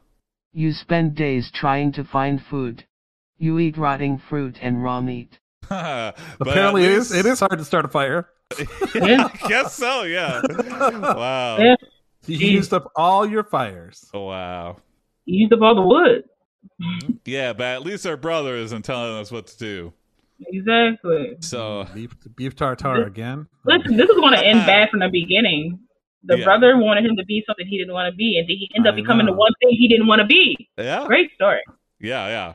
Speaker 4: You spend days trying to find food. You eat rotting fruit and raw meat.
Speaker 1: But at
Speaker 2: Apparently, it is
Speaker 1: least-
Speaker 2: it is hard to start a fire.
Speaker 1: I <laughs> guess so,
Speaker 2: <laughs>
Speaker 1: yeah. wow.
Speaker 3: Yeah.
Speaker 2: You
Speaker 3: Jeez.
Speaker 2: used up all your fires.
Speaker 1: Wow.
Speaker 3: You used up all the wood.
Speaker 1: Yeah, but at least our brother isn't telling us what to do.
Speaker 3: Exactly.
Speaker 1: So
Speaker 2: Beef, beef tartare again.
Speaker 3: Listen, this is going to end bad from the beginning. The
Speaker 1: Yeah.
Speaker 3: brother wanted him to be something he didn't want to be, and then he ended up
Speaker 2: I
Speaker 3: becoming
Speaker 2: know.
Speaker 3: the one thing he didn't want to be.
Speaker 1: yeah,
Speaker 3: Great story.
Speaker 1: yeah, yeah.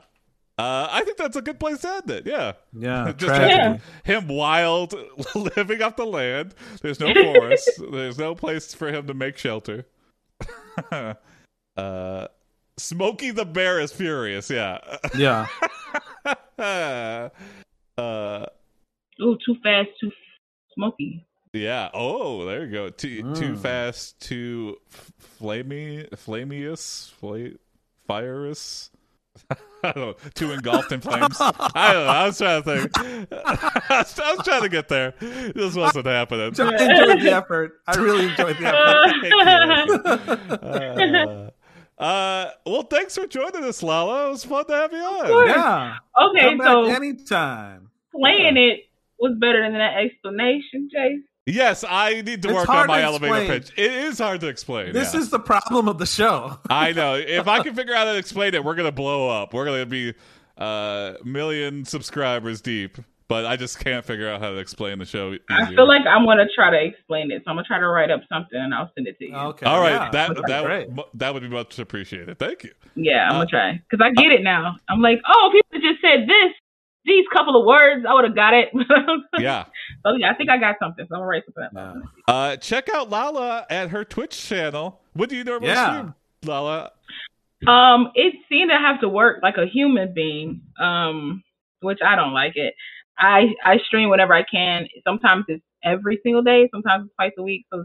Speaker 1: Uh, I think that's a good place to end it. Yeah,
Speaker 2: Yeah,
Speaker 1: just
Speaker 2: tragedy.
Speaker 1: him wild, <laughs> living off the land. There's no forest. There's no place for him to make shelter. <laughs> uh, Smokey the bear is furious. Yeah. <laughs>
Speaker 2: Yeah.
Speaker 1: uh,
Speaker 3: Ooh, too fast, too
Speaker 2: <laughs>
Speaker 3: smoky.
Speaker 1: Yeah. Oh, there you go. Too, too
Speaker 2: Mm.
Speaker 1: fast, too f- flamey, flameous, fla- fireous. <laughs> I don't know. Too engulfed in flames. I don't know. I was trying to think. <laughs> I was, I was trying to get there. This wasn't happening.
Speaker 2: I enjoyed the effort. I really enjoyed the
Speaker 3: <laughs>
Speaker 2: effort.
Speaker 1: Thank you,
Speaker 2: <laughs>
Speaker 1: Erica. Uh, uh, well, thanks for joining us, Lala. It was fun to have you on.
Speaker 3: course.
Speaker 2: Yeah.
Speaker 3: Okay,
Speaker 2: Come back
Speaker 3: so
Speaker 2: anytime.
Speaker 3: playing it was better than that explanation, Jason.
Speaker 1: Yes, I need to
Speaker 2: It's
Speaker 1: work on
Speaker 2: hard to
Speaker 1: my elevator
Speaker 2: explain.
Speaker 1: pitch. It is hard to explain.
Speaker 2: This
Speaker 1: yeah.
Speaker 2: is the problem of the show.
Speaker 1: I know. If I can figure out how to explain it, we're gonna blow up. We're gonna be a uh, million subscribers deep. But I just can't figure out how to explain the show.
Speaker 3: I
Speaker 1: easier.
Speaker 3: feel like I'm gonna try to explain it, so I'm gonna try to write up something and I'll send it to you.
Speaker 2: Okay.
Speaker 1: all right,
Speaker 2: yeah,
Speaker 1: that
Speaker 2: that'd be
Speaker 1: that
Speaker 2: great.
Speaker 1: mu- that would be much appreciated. Thank
Speaker 2: <laughs>
Speaker 1: you.
Speaker 3: Yeah, I'm
Speaker 1: Uh,
Speaker 3: gonna try because I get it now. I'm like, oh, if people just said this, these couple of words, I would have got it. <laughs>
Speaker 1: Yeah.
Speaker 3: So yeah, I think I got something. So I'm gonna write something. up.
Speaker 2: Yeah.
Speaker 1: Uh, check out Lala at her Twitch channel. What do you normally
Speaker 2: Yeah.
Speaker 1: stream, Lala?
Speaker 3: Um, it seemed to have to work like a human being, um, which I don't like it. I I stream whenever I can. Sometimes it's every single day. Sometimes it's twice a week. So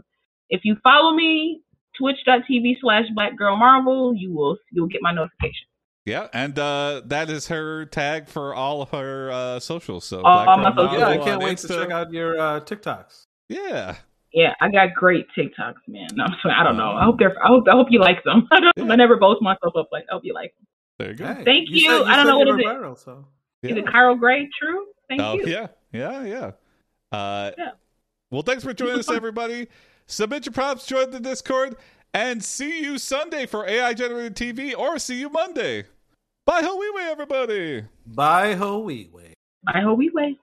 Speaker 3: if you follow me, twitch.tv slash Black Girl Marvel, you will you'll get my notification.
Speaker 1: Yeah, and uh, that is her tag for all of her uh, socials. So
Speaker 3: All
Speaker 1: Black
Speaker 3: my
Speaker 1: Girl
Speaker 3: socials.
Speaker 2: Yeah, I
Speaker 1: Model
Speaker 2: can't
Speaker 1: on
Speaker 2: wait to
Speaker 1: Insta.
Speaker 2: check out your uh, TikToks.
Speaker 1: Yeah,
Speaker 3: Yeah, I got great TikToks, man. No, I'm sorry, I don't know. I hope they're I hope I hope you like them. <laughs> I don't
Speaker 1: Um, Yeah.
Speaker 3: I never boast myself up like I hope you like them.
Speaker 1: there you go.
Speaker 2: Hey,
Speaker 3: Thank you.
Speaker 2: said-
Speaker 3: I don't
Speaker 2: said
Speaker 3: know
Speaker 2: you
Speaker 3: what
Speaker 2: were
Speaker 3: it is.
Speaker 2: viral, so.
Speaker 1: Yeah.
Speaker 3: Is it Carol Gray true? Thank
Speaker 1: oh,
Speaker 3: you.
Speaker 1: yeah, yeah, yeah. Uh,
Speaker 3: Yeah.
Speaker 1: Well, thanks for joining us, everybody. Submit your props, join the Discord, and see you Sunday for AI Generated TV, or see you Monday. Bye, Howiwe, everybody.
Speaker 2: Bye, Hoey.
Speaker 3: I hope we wait.